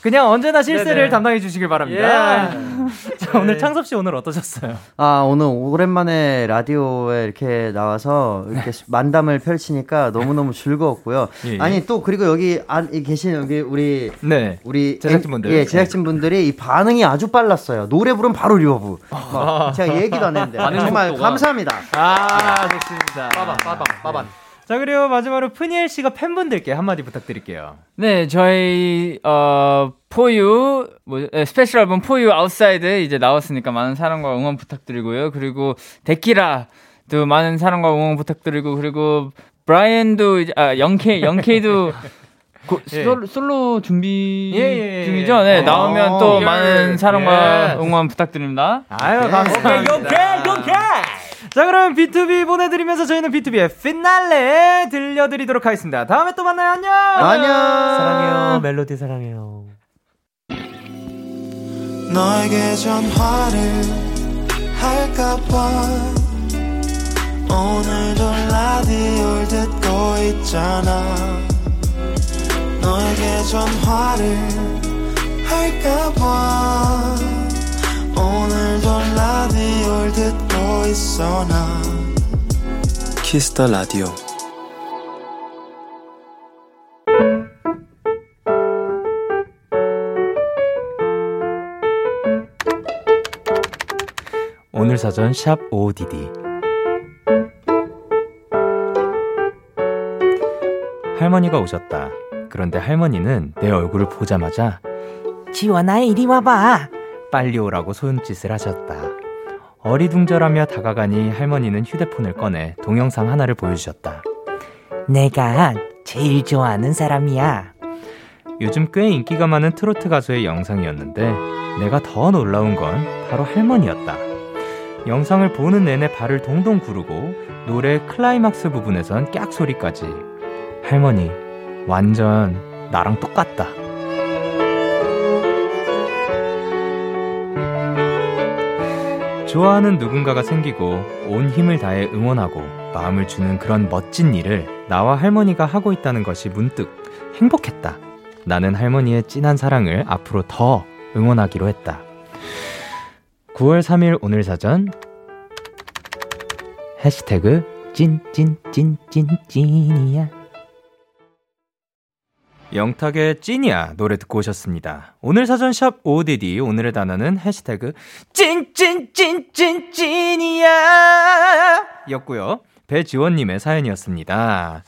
그냥 언제나 실세를 네네. 담당해 주시길 바랍니다. 예. 자, 네. 오늘 창섭 씨 오늘 어떠셨어요? 아, 오늘 오랜만에 라디오에 이렇게 나와서 이렇게 만담을 펼치니까 너무너무 즐거웠고요. 예, 예. 아니, 또 그리고 여기 안 계신 여기 우리 네. 우리 제작진분들. 애, 예, 제작진분들이 이 반응이 아주 빨랐어요. 노래 부르면 바로 리버브. 아. 제가 얘기도 안 했는데 정말 속도가. 감사합니다. 아, 좋습니다. 빠밤 빠밤 빠밤. 네. 자 그리고 마지막으로 푸니엘 씨가 팬분들께 한마디 부탁드릴게요. 네 저희 어 포유 뭐 에, 스페셜 앨범 포유 아웃사이드 이제 나왔으니까 많은 사랑과 응원 부탁드리고요. 그리고 데키라도 많은 사랑과 응원 부탁드리고 그리고 브라이언도 이제 아 영케 영케도 고, 예. 솔로, 솔로, 준비 예, 예, 중이죠. 어. 네, 나오면 또 많은 사랑과 응원 부탁드립니다. 예. 네. 아유 감사합니다. 오케이, 용케 용케. 자 그럼 B2B 보내드리면서 저희는 B2B의 피날레 들려드리도록 하겠습니다. 다음에 또 만나요. 안녕. 안녕. 사랑해요. 멜로디 사랑해요. 너에게 전화를 할까봐 오늘도 라디오를 듣고 있잖아 너에게 전화를 할까봐 오늘도 라디오를 듣고 있어 나 키스터 라디오 오늘 사전 샵 ODD 할머니가 오셨다. 그런데 할머니는 내 얼굴을 보자마자 지원아 이리 와봐 빨리 오라고 소음짓을 하셨다. 어리둥절하며 다가가니 할머니는 휴대폰을 꺼내 동영상 하나를 보여주셨다. 내가 제일 좋아하는 사람이야. 요즘 꽤 인기가 많은 트로트 가수의 영상이었는데 내가 더 놀라운 건 바로 할머니였다. 영상을 보는 내내 발을 동동 구르고 노래 클라이막스 부분에선 깍 소리까지. 할머니, 완전 나랑 똑같다. 좋아하는 누군가가 생기고 온 힘을 다해 응원하고 마음을 주는 그런 멋진 일을 나와 할머니가 하고 있다는 것이 문득 행복했다. 나는 할머니의 진한 사랑을 앞으로 더 응원하기로 했다. 9월 3일 오늘 사전 해시태그 찐찐찐찐찐이야 영탁의 찐이야 노래 듣고 오셨습니다. 오늘 사전샵 ODD 오늘의 단어는 해시태그 찐찐찐찐찐찐이야 였고요. 배지원님의 사연이었습니다.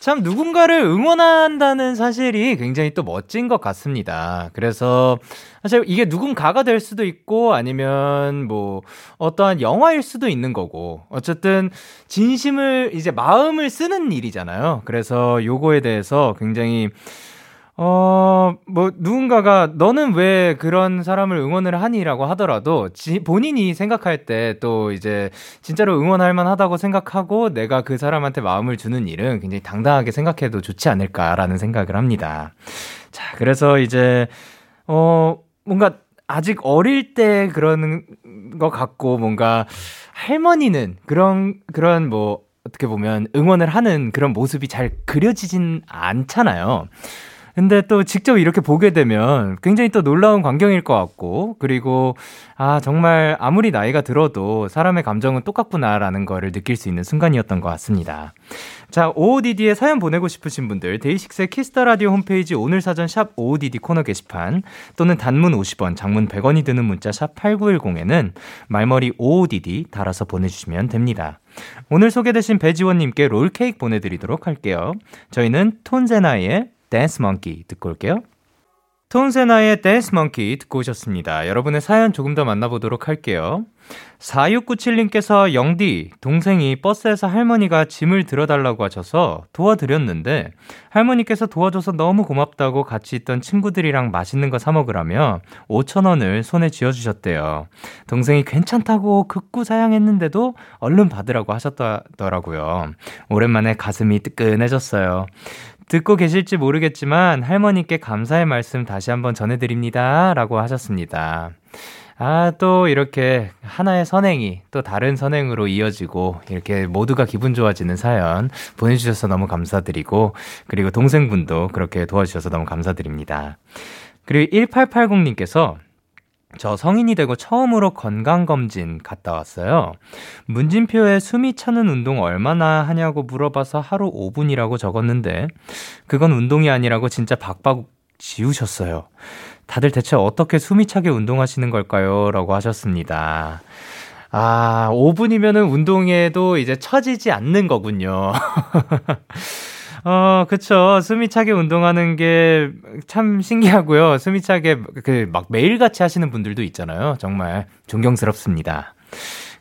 참 누군가를 응원한다는 사실이 굉장히 또 멋진 것 같습니다. 그래서 사실 이게 누군가가 될 수도 있고 아니면 뭐 어떠한 영화일 수도 있는 거고 어쨌든 진심을 이제 마음을 쓰는 일이잖아요. 그래서 요거에 대해서 굉장히 어, 뭐, 누군가가, 너는 왜 그런 사람을 응원을 하니라고 하더라도, 지, 본인이 생각할 때 또 이제, 진짜로 응원할 만하다고 생각하고, 내가 그 사람한테 마음을 주는 일은 굉장히 당당하게 생각해도 좋지 않을까라는 생각을 합니다. 자, 그래서 이제, 어, 뭔가, 아직 어릴 때 그런 것 같고, 뭔가, 할머니는 그런, 그런 뭐, 어떻게 보면 응원을 하는 그런 모습이 잘 그려지진 않잖아요. 근데 또 직접 이렇게 보게 되면 굉장히 또 놀라운 광경일 것 같고, 그리고, 아, 정말 아무리 나이가 들어도 사람의 감정은 똑같구나라는 거를 느낄 수 있는 순간이었던 것 같습니다. 자, OODD에 사연 보내고 싶으신 분들, 데이식스의 키스터 라디오 홈페이지 오늘 사전 샵 OODD 코너 게시판, 또는 단문 50원, 장문 100원이 드는 문자 샵 8910에는 말머리 OODD 달아서 보내주시면 됩니다. 오늘 소개되신 배지원님께 롤케이크 보내드리도록 할게요. 저희는 톤제나의 댄스 먼키 듣고 올게요. 톤세나의 댄스 먼키 듣고 오셨습니다. 여러분의 사연 조금 더 만나보도록 할게요. 4697님께서 영디, 동생이 버스에서 할머니가 짐을 들어달라고 하셔서 도와드렸는데 할머니께서 도와줘서 너무 고맙다고 같이 있던 친구들이랑 맛있는 거 사먹으라며 5천원을 손에 쥐어주셨대요. 동생이 괜찮다고 극구 사양했는데도 얼른 받으라고 하셨더라고요. 오랜만에 가슴이 뜨끈해졌어요. 듣고 계실지 모르겠지만 할머니께 감사의 말씀 다시 한번 전해드립니다. 라고 하셨습니다. 아, 또 이렇게 하나의 선행이 또 다른 선행으로 이어지고 이렇게 모두가 기분 좋아지는 사연 보내주셔서 너무 감사드리고 그리고 동생분도 그렇게 도와주셔서 너무 감사드립니다. 그리고 1880님께서 저 성인이 되고 처음으로 건강검진 갔다 왔어요. 문진표에 숨이 차는 운동 얼마나 하냐고 물어봐서 하루 5분이라고 적었는데, 그건 운동이 아니라고 진짜 박박 지우셨어요. 다들 대체 어떻게 숨이 차게 운동하시는 걸까요? 라고 하셨습니다. 아, 5분이면은 운동에도 이제 처지지 않는 거군요. 어, 그쵸. 숨이 차게 운동하는 게 참 신기하고요. 숨이 차게 그 막 매일같이 하시는 분들도 있잖아요. 정말 존경스럽습니다.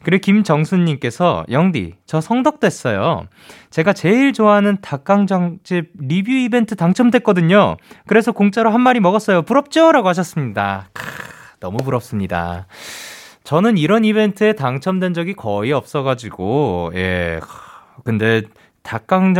그리고 김정수님께서 영디 저 성덕됐어요. 제가 제일 좋아하는 닭강정집 리뷰 이벤트 당첨됐거든요. 그래서 공짜로 한 마리 먹었어요. 부럽죠?라고 하셨습니다. 크, 너무 부럽습니다. 저는 이런 이벤트에 당첨된 적이 거의 없어가지고 예 근데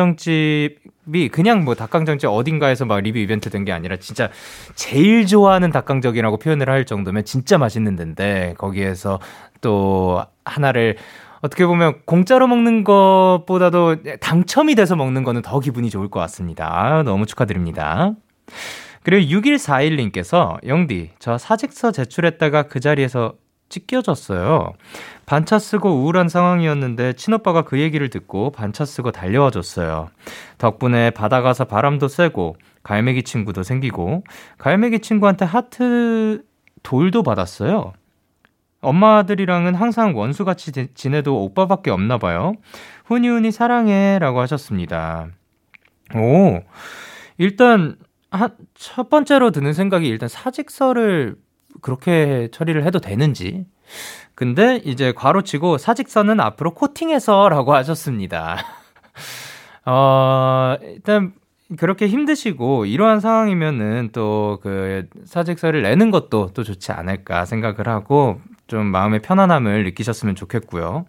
닭강정집이 그냥 뭐 닭강정집 어딘가에서 막 리뷰 이벤트 된 게 아니라 진짜 제일 좋아하는 닭강정이라고 표현을 할 정도면 진짜 맛있는 데인데 거기에서 또 하나를 어떻게 보면 공짜로 먹는 것보다도 당첨이 돼서 먹는 거는 더 기분이 좋을 것 같습니다. 아, 너무 축하드립니다. 그리고 6141님께서 영디 저 사직서 제출했다가 그 자리에서 찢겨졌어요. 반차 쓰고 우울한 상황이었는데 친오빠가 그 얘기를 듣고 반차 쓰고 달려와 줬어요. 덕분에 바다 가서 바람도 쐬고 갈매기 친구도 생기고 갈매기 친구한테 하트 돌도 받았어요. 엄마들이랑은 항상 원수같이 지내도 오빠밖에 없나 봐요. 훈이훈이 사랑해라고 하셨습니다. 오. 일단 한 첫 번째로 드는 생각이 일단 사직서를 그렇게 처리를 해도 되는지. 근데 이제 괄호치고 사직서는 앞으로 코팅해서라고 하셨습니다. 어, 일단 그렇게 힘드시고 이러한 상황이면은 또 그 사직서를 내는 것도 또 좋지 않을까 생각을 하고 좀 마음의 편안함을 느끼셨으면 좋겠고요.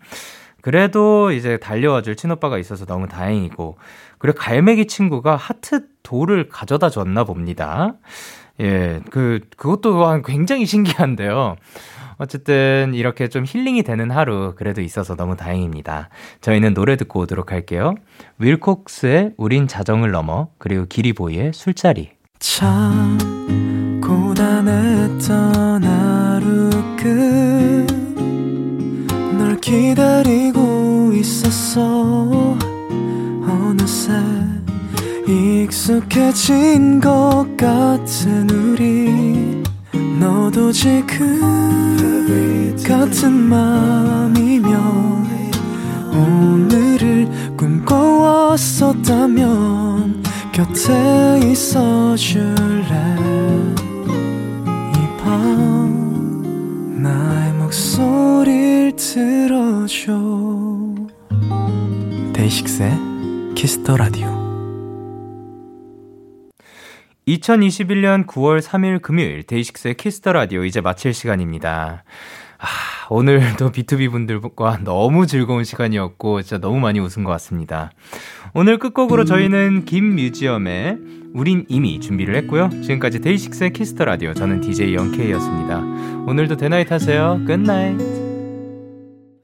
그래도 이제 달려와 줄 친오빠가 있어서 너무 다행이고 그리고 갈매기 친구가 하트 돌을 가져다 줬나 봅니다. 예, 그, 그것도 또한 굉장히 신기한데요. 어쨌든 이렇게 좀 힐링이 되는 하루 그래도 있어서 너무 다행입니다. 저희는 노래 듣고 오도록 할게요. 윌콕스의 우린 자정을 넘어 그리고 기리보이의 술자리 참 고단했던 하루 끝널 기다리고 있었어 어느새 익숙해진 것 같은 우리 너도 지금 같은 맘이면 오늘을 꿈꿔왔었다면 곁에 있어줄래 이 밤 나의 목소리를 들어줘 데이식스의 키스터라디오 2021년 9월 3일 금요일 데이식스의 키스터 라디오 이제 마칠 시간입니다. 아, 오늘도 B2B 분들과 너무 즐거운 시간이었고 진짜 너무 많이 웃은 것 같습니다. 오늘 끝곡으로 저희는 김뮤지엄의 우린 이미 준비를 했고요. 지금까지 데이식스의 키스터 라디오 저는 DJ 영케이였습니다. 오늘도 대나잇 하세요. 끝나잇.